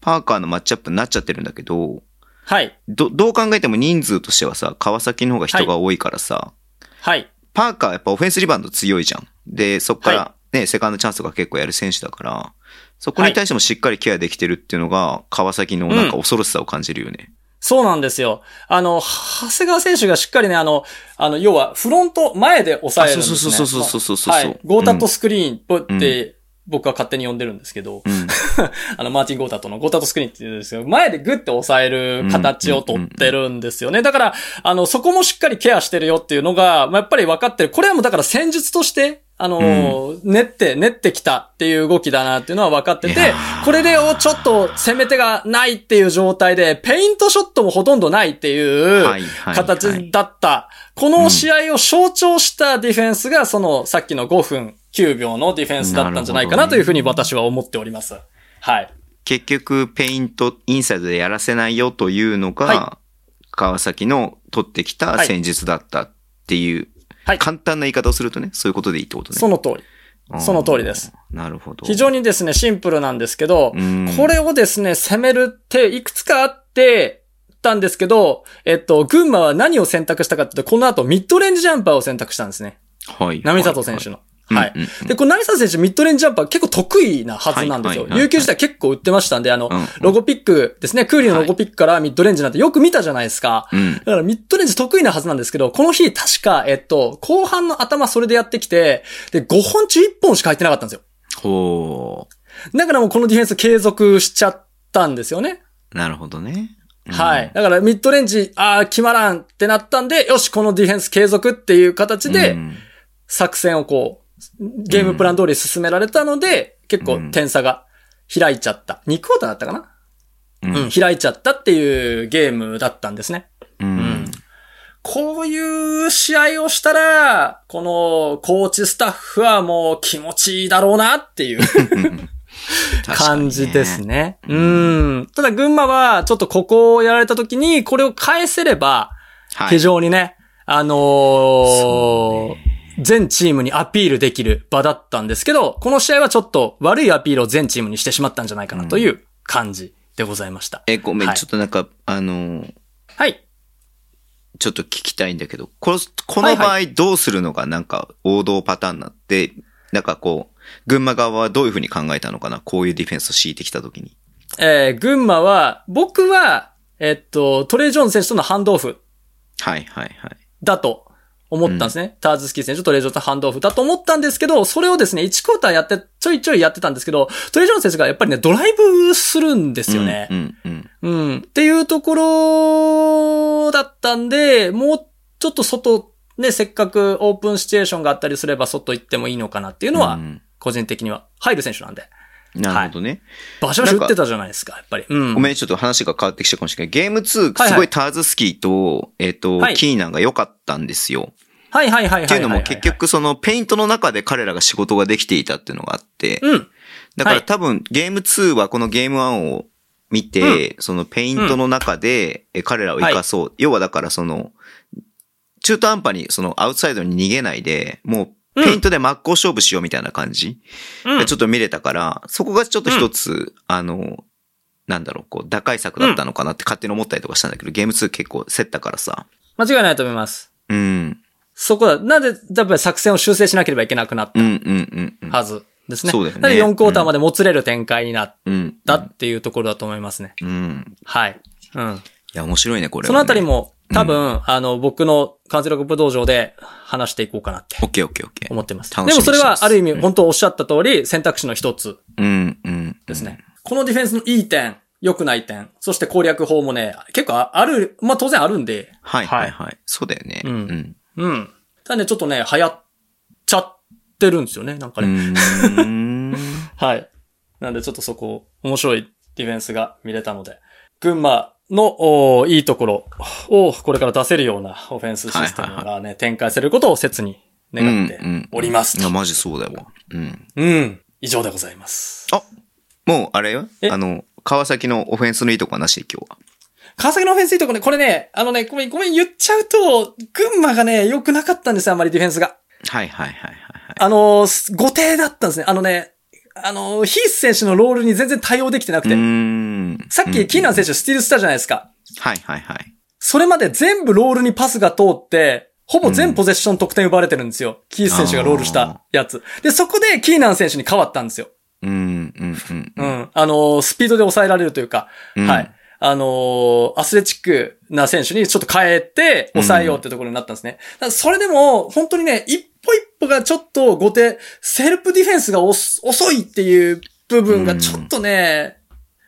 Speaker 2: パーカーのマッチアップになっちゃってるんだけど、
Speaker 1: はい。
Speaker 2: ど、どう考えても人数としてはさ、川崎の方が人が多いからさ、
Speaker 1: はい。
Speaker 2: パーカーはやっぱオフェンスリバウンド強いじゃん。で、そこか
Speaker 1: は
Speaker 2: らね、セカンドチャンスとか結構やる選手だから、そこに対してもしっかりケアできてるっていうのが、川崎のなんか恐ろしさを感じるよね。
Speaker 1: そうなんですよ。あの、長谷川選手がしっかりね、あの、あの、要は、フロント前で抑えるんです、ね。
Speaker 2: あそうそうそうそうそうそうそう
Speaker 1: は
Speaker 2: そう
Speaker 1: い。ゴータットスクリーンって、僕は勝手に呼んでるんですけど、
Speaker 2: うん。
Speaker 1: あの、マーティン・ゴータットのゴータットスクリーンって言うんですけど、前でグッて抑える形をとってるんですよね。だから、あの、そこもしっかりケアしてるよっていうのが、まあ、やっぱり分かってる。これはもうだから戦術として、あのー練って、練ってきたっていう動きだなっていうのは分かって
Speaker 2: いや
Speaker 1: て
Speaker 2: ー、
Speaker 1: これでをちょっと攻め手がないっていう状態で、ペイントショットもほとんどないっていう、
Speaker 2: はいはい
Speaker 1: 形だった。この試合を象徴したディフェンスが、その、さっきの5分9秒のディフェンスだったんじゃないかなというふうに私は思っております。はい。
Speaker 2: 結局、ペイント、インサイドでやらせないよというのが、
Speaker 1: は
Speaker 2: 川崎の取ってきた戦術だったっていう、
Speaker 1: はい
Speaker 2: 簡単な言い方をするとね、そういうことでいいってことね。
Speaker 1: その通り。その通りです。
Speaker 2: なるほど。
Speaker 1: 非常にですね、シンプルなんですけど、
Speaker 2: うん
Speaker 1: これをですね、攻める手、いくつかあって、たんですけど、えっと、群馬は何を選択したかっていうと、この後ミッドレンジジャンパーを選択したんですね。
Speaker 2: はい。
Speaker 1: 波里選手の。
Speaker 2: は。
Speaker 1: はい
Speaker 2: う
Speaker 1: い。
Speaker 2: んうんうん
Speaker 1: で、この波里選手、ミッドレンジジャンパー結構得意なはずなんですよ。
Speaker 2: はいはいはいはい
Speaker 1: 琉球時代結構売ってましたんで、あの、
Speaker 2: うんうん
Speaker 1: ロゴピックですね、クーリーのロゴピックからミッドレンジなんてよく見たじゃないですか。
Speaker 2: うん。
Speaker 1: だからミッドレンジ得意なはずなんですけど、この日確か、えっと、後半の頭それでやってきて、で、5本中1本しか入ってなかったんですよ。
Speaker 2: ほ
Speaker 1: だからもうこのディフェンス継続しちゃったんですよね。
Speaker 2: う。なるほどね。うん
Speaker 1: はい。。だからミッドレンジ、あー決まらんってなったんで、よし、このディフェンス継続っていう形
Speaker 2: う
Speaker 1: で、
Speaker 2: ん
Speaker 1: 作戦をこう、ゲームプラン通り進められたので、結構点差が開いちゃった。2クォーターだったかな、
Speaker 2: うん
Speaker 1: うん、開いちゃったっていうゲームだったんですね。
Speaker 2: うん。
Speaker 1: こういう試合をしたら、このコーチスタッフはもう気持ちいいだろうなっ ていう感じです
Speaker 2: ね。
Speaker 1: ね。うん。ただ群馬はちょっとここをやられた時にこれを返せれば、
Speaker 2: はい
Speaker 1: 非。常にね、あのー
Speaker 2: そう
Speaker 1: 全チームにアピールできる場だったんですけど、この試合はちょっと悪いアピールを全チームにしてしまったんじゃないかなという感じでございました。
Speaker 2: え、ごめん、
Speaker 1: はい
Speaker 2: ちょっとなんか、あのー、
Speaker 1: はい。
Speaker 2: ちょっと聞きたいんだけど、この、こ
Speaker 1: は
Speaker 2: の
Speaker 1: い
Speaker 2: 場
Speaker 1: は
Speaker 2: 合どうするのがなんか王道パターンになって、なんかこう、群馬側はどういうふうに考えたのかなこういうディフェンスを敷いてきたときに。
Speaker 1: えー群馬は、僕は、えっと、トレイ・ジョーンズ選手とのハンドオフ
Speaker 2: はいはいはい。
Speaker 1: だと思ったんですね。ターズスキー選手とトレイジョーンズのハンドオフだと思ったんですけど、それをですね、1クォーターやって、ちょいちょいやってたんですけど、トレイジョーンズ選手がやっぱりね、ドライブするんですよね
Speaker 2: う。んうん
Speaker 1: うん、っていうところだったんで、もうちょっと外、ね、せっかくオープンシチュエーションがあったりすれば外行ってもいいのかなっていう
Speaker 2: うん。
Speaker 1: のは
Speaker 2: う、ん
Speaker 1: 個人的には入る選手なんで。
Speaker 2: なるほどね。
Speaker 1: バシバシ打ってたじゃないですか、やっぱり。うん。
Speaker 2: ごめん、ちょっと話が変わってきちゃうかもしれない。ゲーム2、
Speaker 1: はい
Speaker 2: すごいターズスキーと、えっと
Speaker 1: は、い
Speaker 2: キーナンが良かったんですよ。
Speaker 1: はいはいはいはいはいはい。
Speaker 2: っていうのも結局そのペイントの中で彼らが仕事ができていたっていうのがあって、
Speaker 1: うん。
Speaker 2: だか
Speaker 1: は
Speaker 2: ら
Speaker 1: い
Speaker 2: 多分ゲーム2はこのゲーム1を見て、そのペイントの中でえ彼らを活かそう。要はだからその、中途半端にそのアウトサイドに逃げないで、もうペイントで真っ向勝負しようみたいな感じ、
Speaker 1: うん
Speaker 2: でちょっと見れたから、そこがちょっと一つ、あの、なんだろう、こう、打開策だったのかなって勝手に思ったりとかしたんだけど、ゲーム2結構競ったからさ。
Speaker 1: 間違いないと思います。
Speaker 2: うん。
Speaker 1: そこだ。なぜ、やっぱり作戦を修正しなければいけなくなっ
Speaker 2: うんうんうんうん。
Speaker 1: たはずですね。
Speaker 2: そうだよね
Speaker 1: なので4クォーターまでもつれる展開になっ
Speaker 2: うん。
Speaker 1: たっていうところだと思いますね。
Speaker 2: うん。
Speaker 1: はい。うん。
Speaker 2: いや、面白いね、これ、
Speaker 1: そのあたり。も、多分、あの、僕の関西学部道場で話していこうかなって
Speaker 2: オッケーオッケーオッケー。
Speaker 1: 思ってます。で
Speaker 2: 楽しみ
Speaker 1: も
Speaker 2: にして
Speaker 1: そ
Speaker 2: ます
Speaker 1: れは、ある意味、
Speaker 2: うん
Speaker 1: 本当おっしゃった通り、選択肢の一つ
Speaker 2: うんうん。
Speaker 1: ですね。このディフェンスのいい点、良くない点、そして攻略法もね、結構ある、まあ当然あるんで、
Speaker 2: はいはいはい。そうだよね。
Speaker 1: うんうん。ただね、ちょっとね、流行っちゃってるんですよね、なんか
Speaker 2: う
Speaker 1: ね。
Speaker 2: ん。
Speaker 1: はい。なんでちょっとそこ、面白いディフェンスが見れたので、群馬のおーいいところをこれから出せるようなオフェンスシステム
Speaker 2: はい
Speaker 1: がね、展開することを切に願っております
Speaker 2: い
Speaker 1: と。
Speaker 2: や、
Speaker 1: うん
Speaker 2: マジそうだよ。うん。
Speaker 1: 以上でございます。
Speaker 2: あもう、あれよ
Speaker 1: え
Speaker 2: あの、川崎のオフェンスのいいとこはなしで今日は。
Speaker 1: 川崎のオフェンスいいとこね、これね、あのね、ごめん、ごめん、言っちゃうと、群馬がね、良くなかったんですよ、あんまりディフェンスが。
Speaker 2: はいはいはいはいはい。
Speaker 1: あのー、後手だったんですね。あのね、あのー、ヒース選手のロールに全然対応できてなくて。
Speaker 2: ん
Speaker 1: さっき、キーナン選手スティールしたじゃないですか。
Speaker 2: 手。はいはいはい。
Speaker 1: それまで全部ロールにパスが通って、ほぼ全ポゼッション得点奪われてるんですよ。キース選手がロールしたやつ。で、そこでキーナン選手に変わったんですよ。
Speaker 2: うんうんうん
Speaker 1: う
Speaker 2: うん。
Speaker 1: ん。あのースピードで抑えられるというか、
Speaker 2: うん
Speaker 1: はい。あのーアスレチックな選手にちょっと変えて、抑えようってところになったんですね。ただそれでも、本当にね、一歩一歩がちょっと後手、セルフディフェンスがおす遅いっていう部分がちょっとね、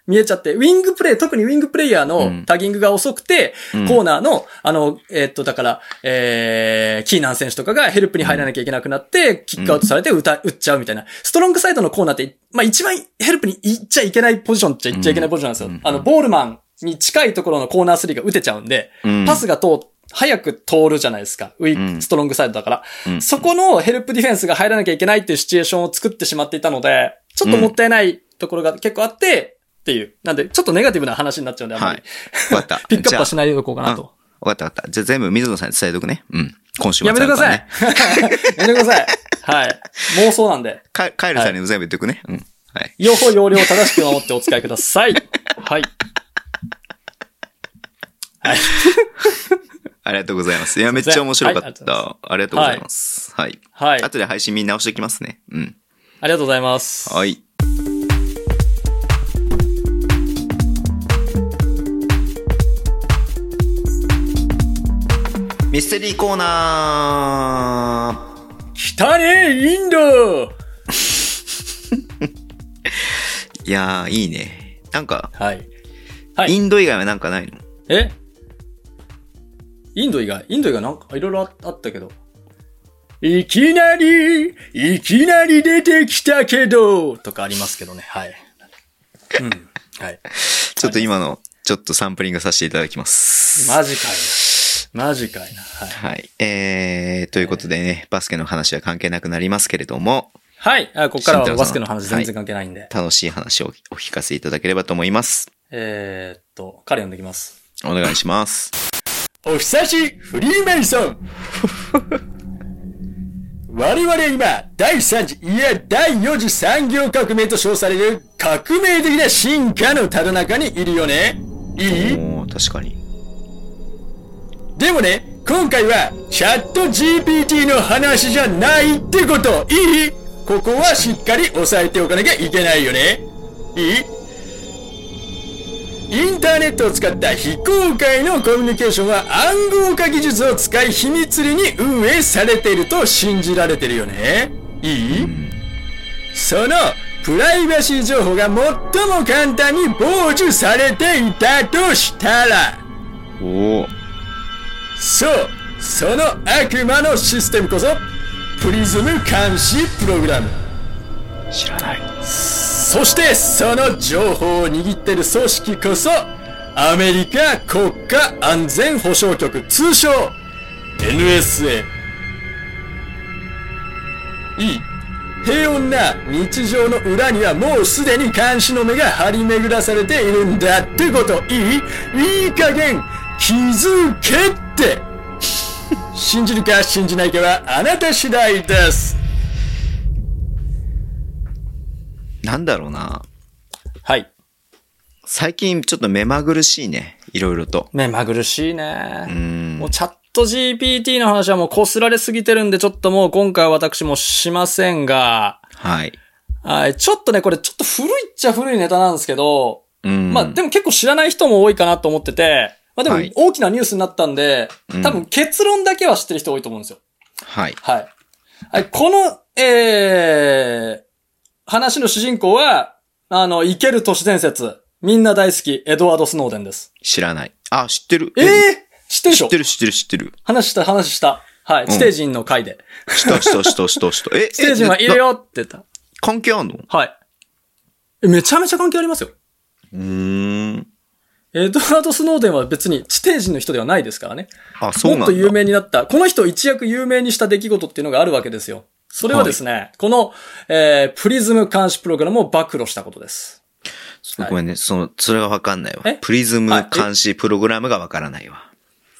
Speaker 1: 見えちゃって、ウィングプレイ、特にウィングプレイヤー
Speaker 2: うん
Speaker 1: のタギングが遅くて、
Speaker 2: うん
Speaker 1: コーナーの、あの、えっと、だから、えー、キーナン選手とかがヘルプに入らなきゃいけなくなって、キックアウトされて打た、打っちゃうみたいな。ストロングサイドのコーナーって、まあ一番ヘルプに行っちゃいけないポジションっちゃいっちゃいけないポジションなんですよ。
Speaker 2: うん
Speaker 1: あの、ボールマンに近いところのコーナー3が打てちゃうんで、
Speaker 2: うん
Speaker 1: パスが通、早く通るじゃないですか。ウィー
Speaker 2: うん
Speaker 1: ク、ストロングサイドだから。
Speaker 2: うん
Speaker 1: そこのヘルプディフェンスが入らなきゃいけないっていうシチュエーションを作ってしまっていたので、ちょっともったいないところが結構あって、っていう。なんで、ちょっとネガティブな話になっちゃうんで、あんま
Speaker 2: は
Speaker 1: り
Speaker 2: い。わかった。
Speaker 1: ピックアップはし
Speaker 2: じゃ
Speaker 1: ないでおこうか
Speaker 2: あ
Speaker 1: な
Speaker 2: うん
Speaker 1: と
Speaker 2: わ。かったわかった。じゃあ全部水野さんに伝えとくね。うん。今週末
Speaker 1: やめてください。やめてください。はい。妄想なんで。
Speaker 2: あるからね。かカエルさんにも全部言ってくね。うん。はい。
Speaker 1: 用法用量を正しく守ってお使いください。はい。はい。
Speaker 2: ありがとうございます。いや、めっちゃ面白かった。
Speaker 1: は
Speaker 2: ありがとうございます。はい。
Speaker 1: はい。
Speaker 2: 後で配信見直してきますね。うん。
Speaker 1: ありがとうございます。
Speaker 2: はい。ミステリーコーナー
Speaker 1: 北にインド
Speaker 2: いやー、いいね。なんか、
Speaker 1: はい。はい
Speaker 2: インド以外はなんかないの
Speaker 1: えインド以外インド以外なんかいろいろああったけど。いきなり、いきなり出てきたけど、とかありますけどね。はい。うん。 はい。
Speaker 2: ちょっと今の、ちょっとサンプリングさせていただきます。
Speaker 1: マジかいな。マジかいな。はい。
Speaker 2: はい。えー、ということでね、バスケの話は関係なくなりますけれども、
Speaker 1: はい。あここか
Speaker 2: 慎
Speaker 1: ら
Speaker 2: 太郎さ
Speaker 1: は
Speaker 2: ん
Speaker 1: バスケの話全然関係ないんで。
Speaker 2: 楽しい話をお聞かせいただければと思います。
Speaker 1: えー、っと、彼読んできます。
Speaker 2: お願いします。
Speaker 1: お久しフリーメイソン我々は今、第3次、いや、第4次産業革命と称される革命的な進化のただ中にいるよね。いい
Speaker 2: おー、確かに。
Speaker 1: でもね、今回はチャット GPT の話じゃないってこと、いいここはしっかり押さえておかなきゃいけないよね。いいインターネットを使った非公開のコミュニケーションは暗号化技術を使い秘密裏に運営されていると信じられてるよね。いい、そのプライバシー情報が最も簡単に傍受されていたとしたら、
Speaker 2: おー、
Speaker 1: そうその悪魔のシステムこそプリズム監視プログラム
Speaker 2: 知らない。
Speaker 1: そしてその情報を握ってる組織こそアメリカ国家安全保障局通称 NSA いい平穏な日常の裏にはもうすでに監視の目が張り巡らされているんだってこといいいい加減気づけって 信じるか信じないかはあなた次第です
Speaker 2: なんだろうな。
Speaker 1: はい
Speaker 2: 最近ちょっと目まぐるしいね。いろいろと。
Speaker 1: 目まぐるしいね。
Speaker 2: ん
Speaker 1: もうチャット GPT の話はもうこすられすぎてるんで、ちょっともう今回は私もしませんが、
Speaker 2: はい。
Speaker 1: はい、ちょっとね、これちょっと古いっちゃ古いネタなんですけど、
Speaker 2: うん。
Speaker 1: まあでも結構知らない人も多いかなと思ってて、まあでも
Speaker 2: はい
Speaker 1: 大きなニュースになったんで、
Speaker 2: うん
Speaker 1: 多分結論だけは知ってる人多いと思うんですよ。
Speaker 2: はい。
Speaker 1: はい。はい、この、えー、話の主人公は、あの、生ける都市伝説、みんな大好き、エドワード・スノーデンです。
Speaker 2: 知らない。あ、知ってる。
Speaker 1: えー、知ってるでし
Speaker 2: 知
Speaker 1: ょ
Speaker 2: ってる、知ってる、知ってる。
Speaker 1: 話した、話した。はい。
Speaker 2: ん
Speaker 1: 地底人の回で。
Speaker 2: した、した、した、した、した。 え、
Speaker 1: 地底人はいる
Speaker 2: な
Speaker 1: よって言った。
Speaker 2: 関係あんの
Speaker 1: はい。えめちゃめちゃ関係ありますよ。
Speaker 2: うーん。
Speaker 1: エドワード・スノーデンは別に地底人の人ではないですからね。
Speaker 2: あ、そうなん
Speaker 1: も
Speaker 2: だ。
Speaker 1: っと有名になった、この人を一躍有名にした出来事っていうのがあるわけですよ。それはですね、この、えー、プリズム監視プログラムを暴露したことです。
Speaker 2: そうごめんね。その、それはわかんないわ
Speaker 1: え。
Speaker 2: プリズム
Speaker 1: あえ
Speaker 2: 監視プログラムがわからないわ。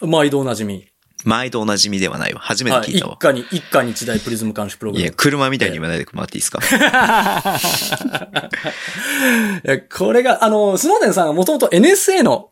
Speaker 1: 毎度おなじみ。
Speaker 2: 毎度おなじみではないわ。初めて
Speaker 1: はい。
Speaker 2: 聞い
Speaker 1: 一
Speaker 2: たわ。
Speaker 1: 家に、一家に一台プリズム監視プログ
Speaker 2: い
Speaker 1: ラム
Speaker 2: や、。車みたいに言わないでもらっていいです か
Speaker 1: いや、これが、あの、スノーデンさんがもともと NSA の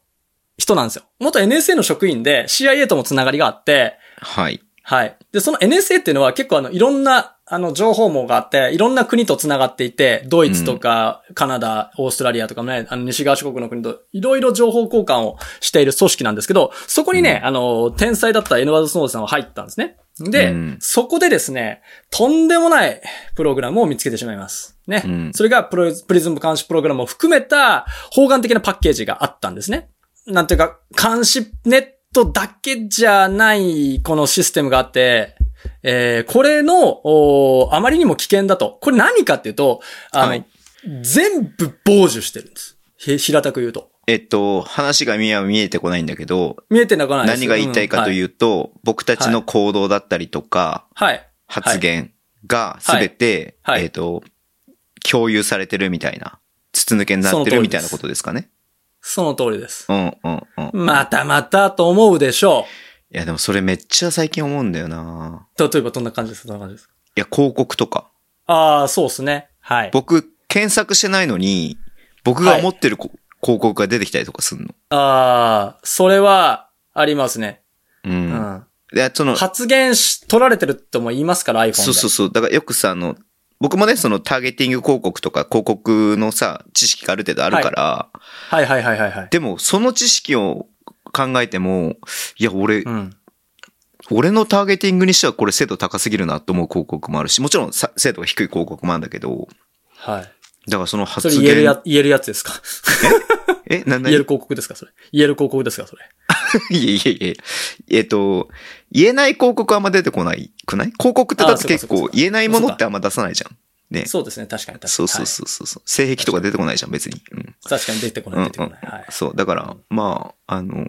Speaker 1: 人なんですよ。元 NSA の職員で CIA ともつながりがあって、
Speaker 2: はい。
Speaker 1: はい。で、その NSA っていうのは結構あの、いろんな、あの、情報網があって、いろんな国とつながっていて、ドイツとか、カナダ、オーストラリアとかね、あの、西側諸国の国と、いろいろ情報交換をしている組織なんですけど、そこにね、あの、天才だったエヌワード・スノーデンさんは入ったんですね。で、
Speaker 2: うん
Speaker 1: そこでですね、とんでもないプログラムを見つけてしまいます。ね。
Speaker 2: うん
Speaker 1: それがプロプリズム監視プログラムを含めた方眼的なパッケージがあったんですね。なんていうか、監視ネットだけじゃないこのシステムがあって、えーこれの、おーあまりにも危険だと。これ何かっていうと、あの、
Speaker 2: はい
Speaker 1: 全部傍受してるんです。ひ平たく言うと。
Speaker 2: えっと、話が見え見えてこないんだけど、
Speaker 1: 見えてなくはないです。
Speaker 2: 何が言いたいかといううと、僕たちの行動だったりとか、
Speaker 1: うんはい。
Speaker 2: 発言がすべて、
Speaker 1: はいはい
Speaker 2: えっと、共有されてるみたいな、筒抜けになってるみたいなことですかね。
Speaker 1: その通りです。
Speaker 2: うんうんうん。
Speaker 1: またまたと思うでしょう。
Speaker 2: いや、でもそれめっちゃ最近思うんだよな
Speaker 1: 例えばどんな感じですかどんな感じですか
Speaker 2: いや、広告とか。
Speaker 1: ああ、そうですね。はい。
Speaker 2: 僕、検索してないのに、僕が思ってるこ、広告が出てきたりとかするの。
Speaker 1: ああ、それは、ありますね。
Speaker 2: う。
Speaker 1: うんん。
Speaker 2: で、その、
Speaker 1: 発言し、取られてるとも言いますから、iPhone で。
Speaker 2: そうそうそう。だからよくさ、あの、僕もね、そのターゲティング広告とか広告のさ、知識がある程度あるから、
Speaker 1: はいはいはいはいはい。
Speaker 2: でもその知識を考えても、いや、俺、
Speaker 1: うん。
Speaker 2: 俺のターゲティングにしてはこれ精度高すぎるなと思う広告もあるし、もちろんさ精度が低い広告もあるんだけど、
Speaker 1: はい。
Speaker 2: だからその発
Speaker 1: それ
Speaker 2: 言。
Speaker 1: 言えるや、言えるやつですか
Speaker 2: え、なんだ
Speaker 1: 言え
Speaker 2: いや
Speaker 1: る広告ですかそれ。言える広告ですかそれ。
Speaker 2: いやいやえっと、言えない広告あんま出てこないくない広告ってだって結
Speaker 1: あそうかそ
Speaker 2: 構
Speaker 1: うか
Speaker 2: 言えないものってあんま出さないじゃん。ね。
Speaker 1: そうですね。確かに確かに。
Speaker 2: そうそうそうそうそう。性癖とか出てこないじゃん、別に。うん。
Speaker 1: はい確かに出てこない、出てこない。はい。
Speaker 2: そう。だから、まあ、あの、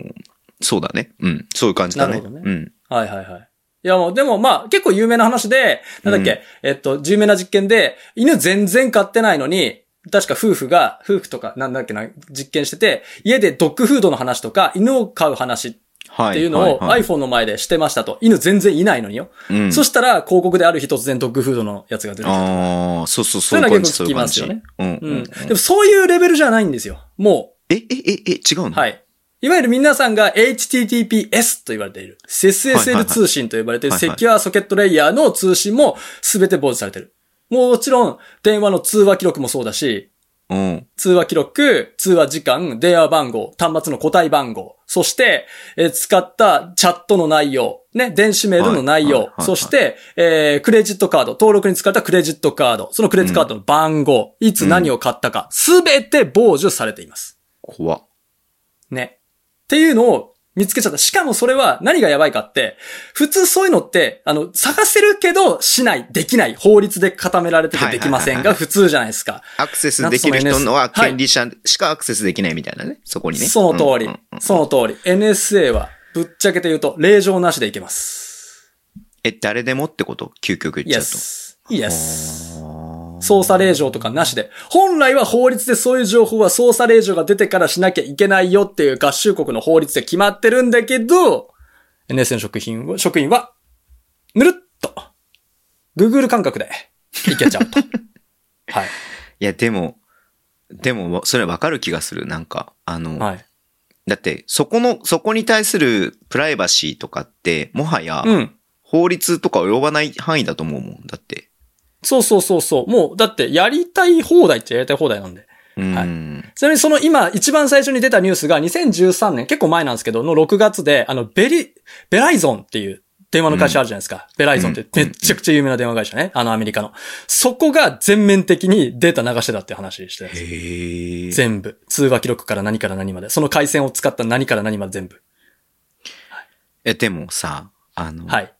Speaker 2: そうだね。うん。そういう感じだね。
Speaker 1: なるほ
Speaker 2: う
Speaker 1: ど
Speaker 2: ん。
Speaker 1: はいはいはい。いやもう、でもまあ、結構有名な話で、なんだっけ、えっと、有名な実験で、犬全然飼ってないのに、確か夫婦が、夫婦とか、なんだっけな、実験してて、家でドッグフードの話とか、犬を飼う話っ
Speaker 2: はい。
Speaker 1: ていうのを
Speaker 2: はい
Speaker 1: iPhone の前でしてましたと。犬全然いないのによ。
Speaker 2: うん
Speaker 1: そしたら、広告である日突然ドッグフードのやつが出てきた。
Speaker 2: ああ、そうそう、
Speaker 1: そ
Speaker 2: そううい
Speaker 1: い
Speaker 2: うう
Speaker 1: のは
Speaker 2: 感じ、そう
Speaker 1: 結構
Speaker 2: いう感
Speaker 1: 聞きます
Speaker 2: じ。
Speaker 1: よね
Speaker 2: うんう
Speaker 1: うん。
Speaker 2: ん。
Speaker 1: でもそういうレベルじゃないんですよ。も
Speaker 2: え、え、え、え、違う
Speaker 1: う、
Speaker 2: の
Speaker 1: はい。いわゆる皆さんが HTTPS と言われている、
Speaker 2: はいは
Speaker 1: SSL
Speaker 2: い
Speaker 1: 通信と呼ばれている
Speaker 2: はい
Speaker 1: セ
Speaker 2: はい
Speaker 1: キュアソケットレイヤーの通信も全て傍受されている。もちろん、電話の通話記録もそうだし、
Speaker 2: うん。
Speaker 1: 通話記録、通話時間、電話番号、端末の個体番号、そして、えー使ったチャットの内容、ね、電子メールの内
Speaker 2: は
Speaker 1: 容、
Speaker 2: いはいはい
Speaker 1: そして、えークレジットカード、登録に使ったクレジットカード、そのクレジットカードの番号、いつ何を買ったか、すべて傍受されています。
Speaker 2: 怖っ
Speaker 1: ね。っていうのを見つけちゃった。しかもそれは何がやばいかって、普通そういうのって、あの、探せるけど、しない、できない、法律で固められててできません
Speaker 2: はいはい
Speaker 1: が、
Speaker 2: はいはい
Speaker 1: 普通じゃないですか。
Speaker 2: アクセスできる人の
Speaker 1: な
Speaker 2: は
Speaker 1: んかその NS
Speaker 2: 権利者しかアクセスできないみたいなね。そこにね。
Speaker 1: その通り、
Speaker 2: うんうんうん
Speaker 1: その通り。NSA は、ぶっちゃけて言うと、令状なしでいけます。
Speaker 2: え、誰でもってこと究極
Speaker 1: イ
Speaker 2: 言っ
Speaker 1: エ
Speaker 2: ちゃう
Speaker 1: ス。イエス。
Speaker 2: と。
Speaker 1: 捜査令状とかなしで。本来は法律でそういう情報は捜査令状が出てからしなきゃいけないよっていう合衆国の法律で決まってるんだけど、NSA の職員は、職員は、ぬるっと、Google 感覚で、いけちゃうと。 はい。
Speaker 2: いや、でも、でも、それわかる気がする。なんか、あの、
Speaker 1: はい。
Speaker 2: だって、そこの、そこに対するプライバシーとかって、もはや、
Speaker 1: うん。
Speaker 2: 法律とか及ばない範囲だと思うもん。だって。
Speaker 1: そうそうそうそう。もう、だって、やりたい放題っちゃやりたい放題なんで。
Speaker 2: うーん。
Speaker 1: は
Speaker 2: はい、
Speaker 1: ちなみにその今、一番最初に出たニュースが2013年、結構前なんですけど、の6月で、あの、ベリ、ベライゾンっていう電話の会社あるじゃないですか。ベライゾンってめっちゃくちゃ有名な電話会社ね。あのアメリカの。そこが全面的にデータ流してたっていう話してたんです。
Speaker 2: へえ。
Speaker 1: 全部。通話記録から何から何まで。その回線を使った何から何まで全部。
Speaker 2: え、でもさ、あの、
Speaker 1: はい。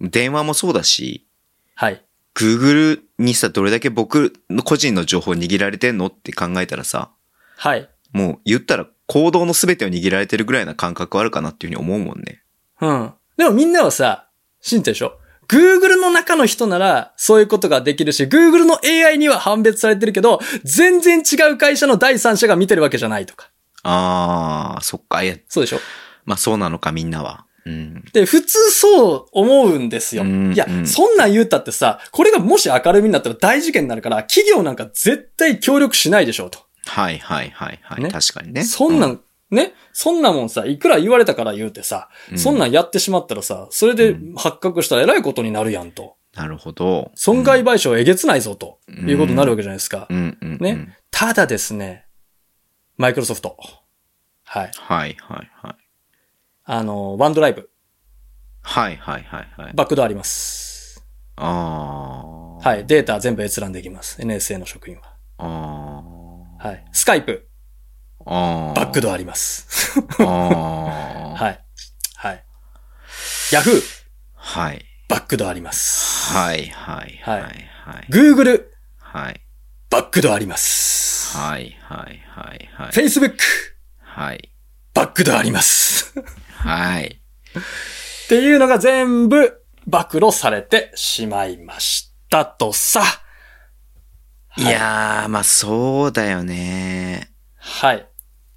Speaker 2: 電話もそうだし、
Speaker 1: はい。
Speaker 2: Google にさ、どれだけ僕の個人の情報握られてんのって考えたらさ、
Speaker 1: はい。
Speaker 2: もう言ったら行動の全てを握られてるぐらいな感覚はあるかなっていうふうに思うもんね。
Speaker 1: うん。でもみんなはさ、信じてるでしょ ?Google の中の人なら、そういうことができるし、Google の AI には判別されてるけど、全然違う会社の第三者が見てるわけじゃないとか。
Speaker 2: あー、そっか。いや、
Speaker 1: そうでしょ
Speaker 2: まあそうなのか、みんなは。うん。
Speaker 1: で、普通そう思うんですよ。
Speaker 2: うん
Speaker 1: いや
Speaker 2: う、ん
Speaker 1: そんなん言うたってさ、これがもし明るみになったら大事件になるから、企業なんか絶対協力しないでしょうと。
Speaker 2: はいはいはいはい。
Speaker 1: ね
Speaker 2: 確かにね。
Speaker 1: そん
Speaker 2: う
Speaker 1: なん、ねそんなもんさ、いくら言われたから言うてさ、
Speaker 2: うん
Speaker 1: そんなんやってしまったらさ、それで発覚したらえらいことになるやんと。
Speaker 2: なるほど。
Speaker 1: 損害賠償えげつないぞと、
Speaker 2: うん
Speaker 1: いうことになるわけじゃないですか。
Speaker 2: うんうん、うん。
Speaker 1: ね。ただですね、マイクロソフト。はい。
Speaker 2: はいはいはい。
Speaker 1: あの、ワンドライブ、
Speaker 2: はいはいはいはい。
Speaker 1: バックドアあります。
Speaker 2: あー。
Speaker 1: はい。データ全部閲覧できます。NSA の職員は。
Speaker 2: あー。
Speaker 1: はい。スカイプ、
Speaker 2: あー。
Speaker 1: バックドアあります。
Speaker 2: あー。はい。
Speaker 1: はい。はい。ヤフー、
Speaker 2: はい
Speaker 1: バックドアあります。
Speaker 2: はいはいはいはい。
Speaker 1: Google、
Speaker 2: はい。
Speaker 1: バックドアあります。
Speaker 2: はいはいはいはい。
Speaker 1: Facebook、
Speaker 2: はい。
Speaker 1: バックドアあります。
Speaker 2: はい。
Speaker 1: っていうのが全部暴露されてしまいましたとさ。
Speaker 2: いやー、まあそうだよね。
Speaker 1: はい。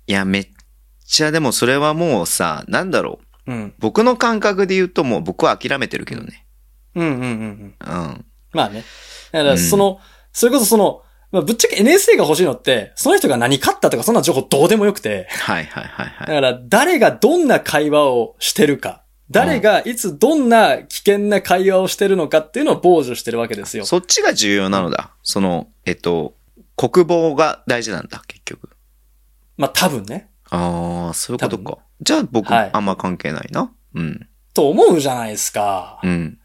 Speaker 2: いや、めっちゃでもそれはもうさ、なんだろう。
Speaker 1: うん。
Speaker 2: 僕の感覚で言うともう僕は諦めてるけどね。
Speaker 1: うんうんうんうん。
Speaker 2: うん。
Speaker 1: まあね。だから、その、それこそその、まあ、ぶっちゃけ NSA が欲しいのって、その人が何買ったとかそんな情報どうでもよくて、
Speaker 2: はいはいはいは
Speaker 1: だ
Speaker 2: い。
Speaker 1: から誰がどんな会話をしてるか、誰がいつどんな危険な会話をしてるのかっていうのを傍受してるわけですよ。
Speaker 2: そっちが重要なのだ。その、えっと、国防が大事なんだ、結局。
Speaker 1: まあ多分ね。
Speaker 2: ああ、そういうこと
Speaker 1: 多
Speaker 2: か。じゃあ僕、
Speaker 1: はい
Speaker 2: あんま関係ないな。うん。
Speaker 1: と思うじゃないですか。
Speaker 2: うん。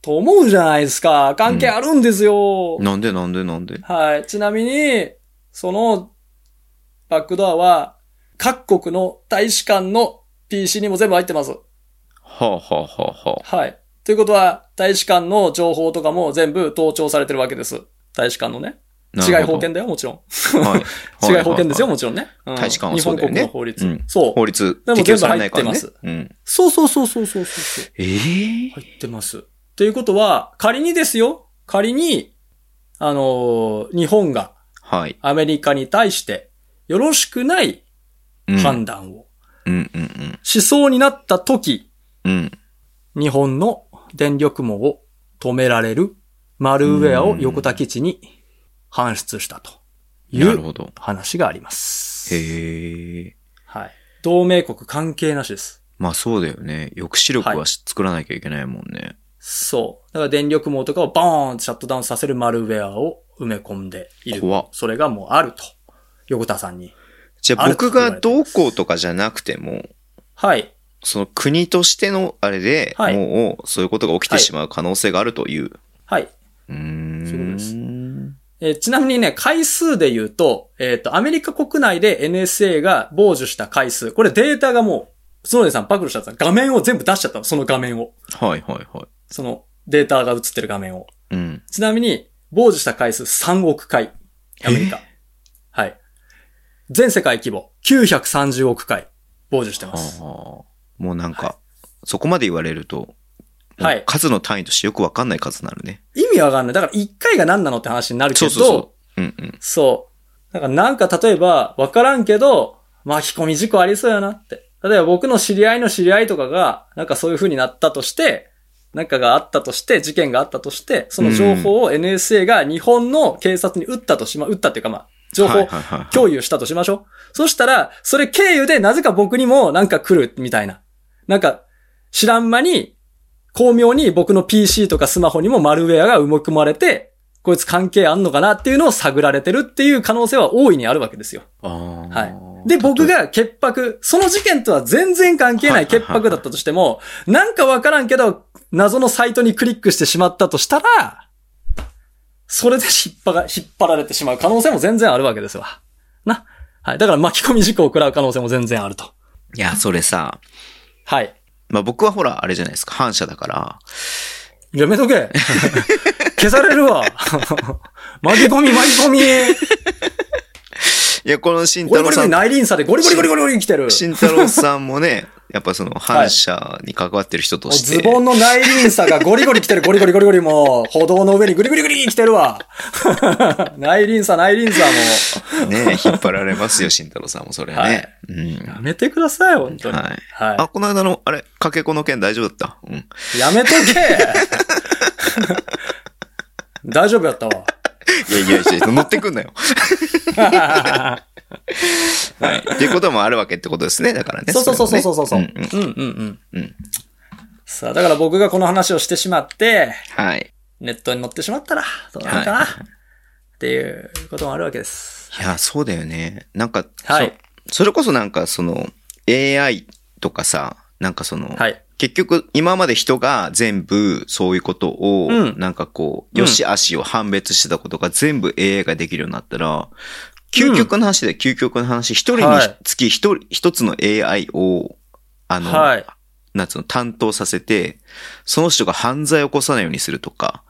Speaker 1: と思うじゃないですか。関係あるんですよ。
Speaker 2: なんでなんでなんで
Speaker 1: はい。ちなみに、その、バックドアは、各国の大使館の PC にも全部入ってます。
Speaker 2: はあはあはあはあ。
Speaker 1: はい。ということは、大使館の情報とかも全部盗聴されてるわけです。大使館のね。
Speaker 2: な
Speaker 1: 違い
Speaker 2: る
Speaker 1: 保
Speaker 2: ほど
Speaker 1: 険だよ、もちろん。
Speaker 2: はい。
Speaker 1: 違い
Speaker 2: は
Speaker 1: 保険ですよ、
Speaker 2: いはいはい
Speaker 1: もちろんね。うん
Speaker 2: 大使館はそうだよね
Speaker 1: 日本国の法律。
Speaker 2: うん
Speaker 1: そう
Speaker 2: 法律
Speaker 1: でも
Speaker 2: 適用されないからね。
Speaker 1: 全部入
Speaker 2: うん。
Speaker 1: そうそうそうそうそうそう。
Speaker 2: ええ
Speaker 1: 入ってます。ということは、仮にですよ。仮に、あのー日本が
Speaker 2: はい。
Speaker 1: アメリカに対して、よろしくない
Speaker 2: うん
Speaker 1: 判断を
Speaker 2: うんうんうん。
Speaker 1: しそうになった時、
Speaker 2: うん。
Speaker 1: 日本の電力網を止められるマルウェアを横田基地に搬出したとい
Speaker 2: なる
Speaker 1: う
Speaker 2: ほど。
Speaker 1: 話があります。
Speaker 2: へえ。
Speaker 1: はい。同盟国関係なしです。
Speaker 2: まあそうだよね。抑止力
Speaker 1: は
Speaker 2: はし作らなきゃいけないもんね。
Speaker 1: そう。だから電力網とかをバーンってシャットダウンさせるマルウェアを埋め込んでいる。
Speaker 2: 怖っ
Speaker 1: それがもうあると。横田さんに。
Speaker 2: じゃ
Speaker 1: あ
Speaker 2: あ
Speaker 1: ると
Speaker 2: 僕
Speaker 1: 言われ
Speaker 2: が
Speaker 1: て
Speaker 2: どうこうとかじゃなくても、
Speaker 1: はい。
Speaker 2: その国としてのあれで、
Speaker 1: はい
Speaker 2: もうそういうことが起きてしまう可能性があるという。
Speaker 1: はい。
Speaker 2: うーん。
Speaker 1: そういうことです
Speaker 2: う
Speaker 1: えーちなみにね、回数で言うと、えっ、と、アメリカ国内で NSA が傍受した回数。これデータがもう、スノーデンさんパクるしちゃった。画面を全部出しちゃったの、その画面を。
Speaker 2: はいはいはい。
Speaker 1: そのデータが映ってる画面を。
Speaker 2: うん。
Speaker 1: ちなみに、傍受した回数3億回。アメリカ。はい。全世界規模930億回傍受して
Speaker 2: は
Speaker 1: ます。
Speaker 2: あ、もうなんか、そこまで言われると、
Speaker 1: はい
Speaker 2: もう数の単位としてよくわかんない数になるね。
Speaker 1: 意味わかんない。だから1回が何なのって話になるけ
Speaker 2: そう
Speaker 1: ど、
Speaker 2: そうそう。うんうん。
Speaker 1: そう。だからなんか例えば、わからんけど、巻き込み事故ありそうやなって。例えば僕の知り合いの知り合いとかが、なんかそういう風になったとして、なんかがあったとして、事件があったとして、その情報を NSA が日本の警察に打ったとしま、打ったっていうかまあ、情
Speaker 2: はい
Speaker 1: 報
Speaker 2: はいはいはい
Speaker 1: 共有したとしましょう。そしたら、それ経由でなぜか僕にもなんか来るみたいな。なんか、知らん間に、巧妙に僕の PC とかスマホにもマルウェアが埋め込まれて、こいつ関係あんのかなっていうのを探られてるっていう可能性は大いにあるわけですよ。
Speaker 2: ああ。
Speaker 1: はい。で、僕が潔白、その事件とは全然関係な
Speaker 2: はい
Speaker 1: い
Speaker 2: はいはい
Speaker 1: 潔
Speaker 2: はい
Speaker 1: 白だったとしても、なんかわからんけど、謎のサイトにクリックしてしまったとしたら、それで引っ張が、引っ張られてしまう可能性も全然あるわけですわ。な。はい。だから巻き込み事故を食らう可能性も全然あると。
Speaker 2: いや、それさ、
Speaker 1: はい。
Speaker 2: まあ僕はほら、あれじゃないですか、反射だから、
Speaker 1: やめとけ。 消されるわ。 巻き込み、巻き込み。
Speaker 2: いや、この慎
Speaker 1: ゴリ
Speaker 2: 太
Speaker 1: ゴ
Speaker 2: 郎さ
Speaker 1: リゴリ
Speaker 2: ん、
Speaker 1: 内輪差でゴリゴリゴリゴリゴリ来てる。
Speaker 2: 慎太郎さんも ね、やっぱその反射に関わってる人として、
Speaker 1: ズボンの内輪差がゴリゴリ来てる、ゴリゴリゴリゴリもう、歩道の上にグリグリグリ来てる わ。内輪差、内輪差も
Speaker 2: ね、引っ張られますよ、慎太郎さんもそれね。
Speaker 1: はい
Speaker 2: うん
Speaker 1: う。。やめてください、本当に。
Speaker 2: はい
Speaker 1: はい
Speaker 2: あ、この間の、あれ、かけ子の件大丈夫だった うん。
Speaker 1: やめと け大丈夫やったわ。
Speaker 2: いやいやいや、乗ってくん なよ。はい。っていうこともあるわけってことですね、だからね。
Speaker 1: そうそうそうそうそ
Speaker 2: れも
Speaker 1: うそう
Speaker 2: ね
Speaker 1: そう。
Speaker 2: んん
Speaker 1: うんうんうん。
Speaker 2: うん
Speaker 1: さあ、だから僕がこの話をしてしまって、
Speaker 2: はい。
Speaker 1: ネットに載ってしまったら、どうなるかな、っていうこともあるわけです。
Speaker 2: いや、そうだよね。なんか、
Speaker 1: はい
Speaker 2: そそれこそなんか、その、AI とかさ、なんかその、
Speaker 1: はい。
Speaker 2: 結局、今まで人が全部そういうことを、
Speaker 1: うん
Speaker 2: なんかこ
Speaker 1: うん
Speaker 2: う、良し悪しを判別してたことが全部 AI ができるようになったら、究極の話で究極の話、一人に
Speaker 1: はい
Speaker 2: つき一人、一つの AI を、あの、
Speaker 1: はい。
Speaker 2: なんつうの、担当させて、その人が犯罪を起こさないようにするとか、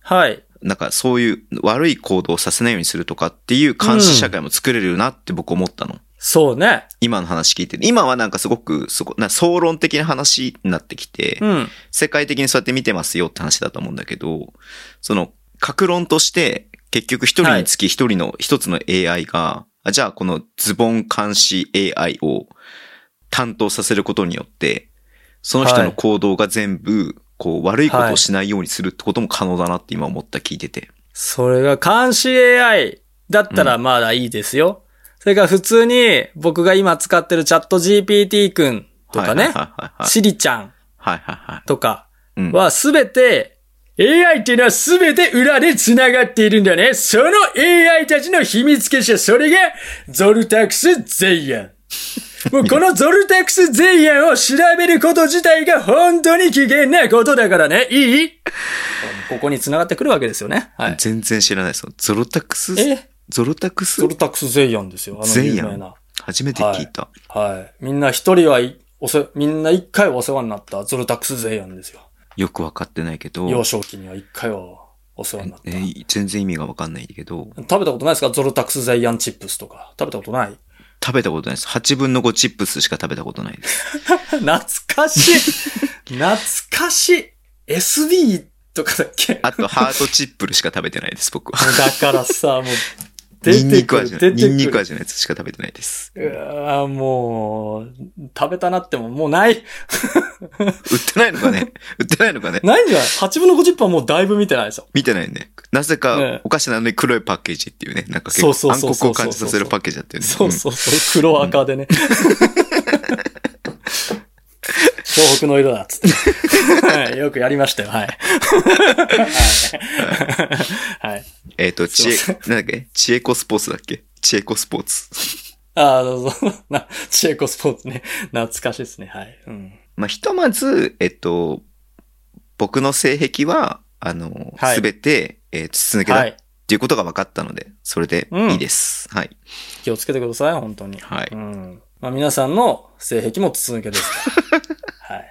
Speaker 1: はい。
Speaker 2: なんかそういう悪い行動をさせないようにするとかっていう監視社会も作れるよなって僕思ったの。
Speaker 1: そうね。
Speaker 2: 今の話聞いてる。今はなんかすごく、すご、な総論的な話になってきて、
Speaker 1: うん。
Speaker 2: 世界的にそうやって見てますよって話だと思うんだけど、その、格論として、結局一人につき一人の、一つの AI が、あじゃあこのズボン監視 AI を担当させることによって、その人の行動が全部、こう、悪いことをしないようにするってことも可能だなって今思った聞いてて。
Speaker 1: それが監視 AI だったらまだいいですよ。それから普通に僕が今使ってるチャット GPT 君とか
Speaker 2: は
Speaker 1: ね
Speaker 2: い、はい
Speaker 1: シリちゃん
Speaker 2: はいはい。はいはいはい。
Speaker 1: とか
Speaker 2: うん
Speaker 1: はすべて、AI っていうのはすべて裏で繋がっているんだね。その AI たちの秘密結社、それがゾルタクス・ゼイアン。もうこのゾルタクス・ゼイアンを調べること自体が本当に危険なことだからね。いいここに繋がってくるわけですよね。はい。
Speaker 2: 全然知らないですよ。ゾロタクス
Speaker 1: え
Speaker 2: ゾロタクス
Speaker 1: ゾルタクス・ゼイアンですよ。あの
Speaker 2: ゼイ
Speaker 1: 有
Speaker 2: ア
Speaker 1: 名
Speaker 2: ン
Speaker 1: な。。
Speaker 2: 初めて聞いた。
Speaker 1: はい。みんな一人はい、おせ、みんな一回はお世話になったゾルタクス・ゼイアンですよ。
Speaker 2: よくわかってないけど、
Speaker 1: 幼少期には一回はお世話になった。
Speaker 2: えー全然意味がわかんないけど、
Speaker 1: 食べたことないですかゾルタクスザイアンチップスとか。食べたことない
Speaker 2: 食べたことないです。8分の5チップスしか食べたことないです。
Speaker 1: 懐かし い懐かしい !SB とかだっけ
Speaker 2: あと、ハートチップルしか食べてないです、僕は。
Speaker 1: だからさ、もう、
Speaker 2: ニンニク味の、
Speaker 1: 出て
Speaker 2: ニ
Speaker 1: く
Speaker 2: ンニク
Speaker 1: る。
Speaker 2: 味のやつしか食べてないです。
Speaker 1: うわーもう、食べたなってももうない。
Speaker 2: 売ってないのかね売ってないのかね
Speaker 1: ないんじゃない ?8 分の50分はもうだいぶ見てないですよ。
Speaker 2: 見てないね。なぜ
Speaker 1: ね
Speaker 2: か、お菓子なのに黒いパッケージっていうね。なんか結
Speaker 1: そ
Speaker 2: 構
Speaker 1: うそう
Speaker 2: 暗
Speaker 1: そうそう
Speaker 2: 黒を感じさせるパッケージだったよね。
Speaker 1: そうそうそう、黒赤でね。東北の色だっつって、はい。よくやりましたよ、はい。はい。は
Speaker 2: う
Speaker 1: い
Speaker 2: んえっと、
Speaker 1: す
Speaker 2: ち
Speaker 1: いま
Speaker 2: え
Speaker 1: せん、
Speaker 2: なんだっけチエコスポーツだっけチエコスポーツ。
Speaker 1: ああ、そうそう。な、チェコスポーツね。懐かしいですね。はい。うん。
Speaker 2: まあ、ひとまず、えっと、僕の性癖は、あの、
Speaker 1: はい
Speaker 2: すべて、えー、筒抜けだ
Speaker 1: は
Speaker 2: っ
Speaker 1: い。
Speaker 2: ていうことが分かったので、それで
Speaker 1: うん
Speaker 2: いいです。はい。
Speaker 1: 気をつけてください、本当に。。
Speaker 2: はいう
Speaker 1: ん。まあ皆さんの性癖も筒抜けです から。はい。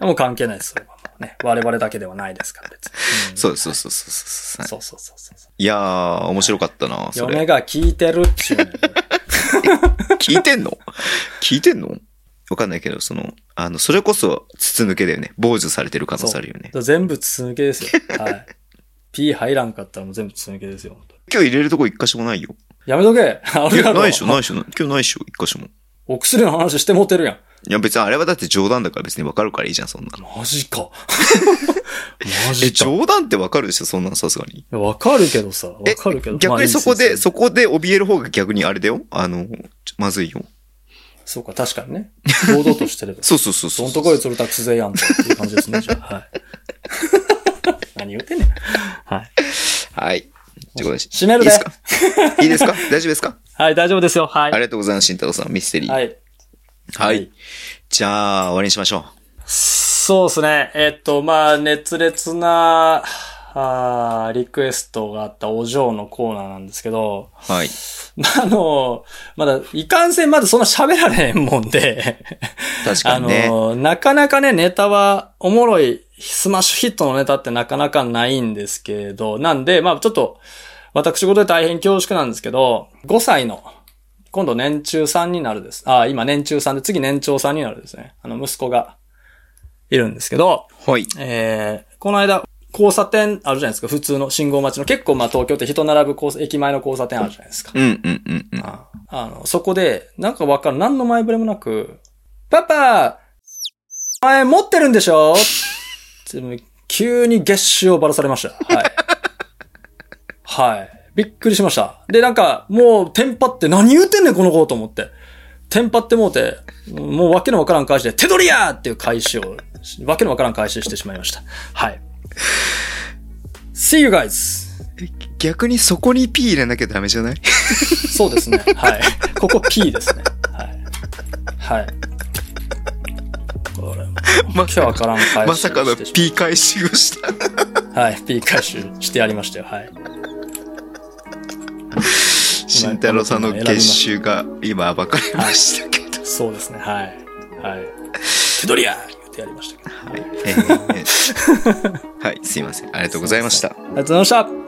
Speaker 1: もう関係ないです、それはもうね。我々だけではないですから、別に。ん
Speaker 2: そうそうそうそうそうそう。
Speaker 1: そうそうそうそうそう。
Speaker 2: いやー、面白かったな、そ
Speaker 1: 嫁
Speaker 2: れ。
Speaker 1: が聞いてるっちゅうのに。
Speaker 2: 聞いてんの聞いてんのわかんないけど、その、あの、それこそ筒抜けだよね。傍受されてる可能性あるよね。
Speaker 1: そう全部筒抜けで すよ。はい。P 入らんかったらもう全部筒抜けですよ。本当に
Speaker 2: 今日入れるとこ一箇所もないよ。
Speaker 1: やめとけあ
Speaker 2: い
Speaker 1: り
Speaker 2: や、
Speaker 1: がとう
Speaker 2: ないでしょ、ないでしょ。今日ないでしょ、一箇所も。
Speaker 1: お薬の話してもうてるやん。
Speaker 2: いや、別にあれはだって冗談だから別にわかるからいいじゃん、そんなの。
Speaker 1: マジか。マ
Speaker 2: え、
Speaker 1: ジか。
Speaker 2: 冗談ってわかるでしょ、そんなのさすがに。
Speaker 1: いやわかるけどさ。わ
Speaker 2: え
Speaker 1: かるけど。
Speaker 2: 逆にそこ
Speaker 1: まあ
Speaker 2: で、
Speaker 1: いいすよ
Speaker 2: そこで怯える方が逆にあれだよ。あの、ちょまずいよ。
Speaker 1: そうか、確かにね。堂々としてれば。
Speaker 2: そうそうそうそ。
Speaker 1: そうんとこよ、それタクス税やんとっていう感じですね、じゃあ。はい。 何言ってんねん。はい。
Speaker 2: はい。ということで
Speaker 1: 閉める
Speaker 2: いいで
Speaker 1: で
Speaker 2: すかいいですか大丈夫ですか
Speaker 1: はい、大丈夫ですよ。は
Speaker 2: あり
Speaker 1: い。
Speaker 2: がとうございます、慎太郎さん。ミステリー。は。
Speaker 1: はいい。はい
Speaker 2: じゃあ、終わりにしましょ
Speaker 1: そうですね。えっと、まあ、熱烈な、あーリクエストがあったお嬢のコーナーなんですけど、
Speaker 2: う。はい。
Speaker 1: まああの、まだ、いかんせんまだそんな喋られへんもんで、
Speaker 2: 確かにね。
Speaker 1: あの、なかなかね、ネタは、おもろい、スマッシュヒットのネタってなかなかないんですけれど、なんで、まあちょっと、私事で大変恐縮なんですけど、5歳の、今度年中さんになるです。あ、今年中さんで、次年長さんになるですね。あの、息子が、いるんですけど、
Speaker 2: はい。
Speaker 1: えー、この間、交差点あるじゃないですか、普通の信号待ちの。結構まあ東京って人並ぶ交差駅前の交差点あるじゃないですか。
Speaker 2: うんうんうんうん。
Speaker 1: ああの、そこで、なんかわかる、何の前触れもなく、パパお前持ってるんでしょって急に月収をばらされました。はい。 はい。びっくりしました。で、なんか、もう、テンパって、何言うてんねん、この子と思って。テンパってもうて、もうわけのわからん返しで、手取りやーっていう返しを、わけのわからん返しをしてしまいました。はい。See you guys!
Speaker 2: 逆にそこに P 入れなきゃダメじゃない
Speaker 1: そう ですね。はい。ここ P ですね。はい。はい。これ、
Speaker 2: ま
Speaker 1: 今日わからん返し
Speaker 2: まさかの
Speaker 1: をしてし
Speaker 2: P 回収をした。
Speaker 1: まったはい。P 回収してやりましたよ。 はい。
Speaker 2: 慎太郎さんの月収が今暴かれましたけど。
Speaker 1: そうですね。はい。はい。手取りや言ってやりましたけど。
Speaker 2: はい。えーはい。すいません。ありがとうございました。
Speaker 1: ありがとうございました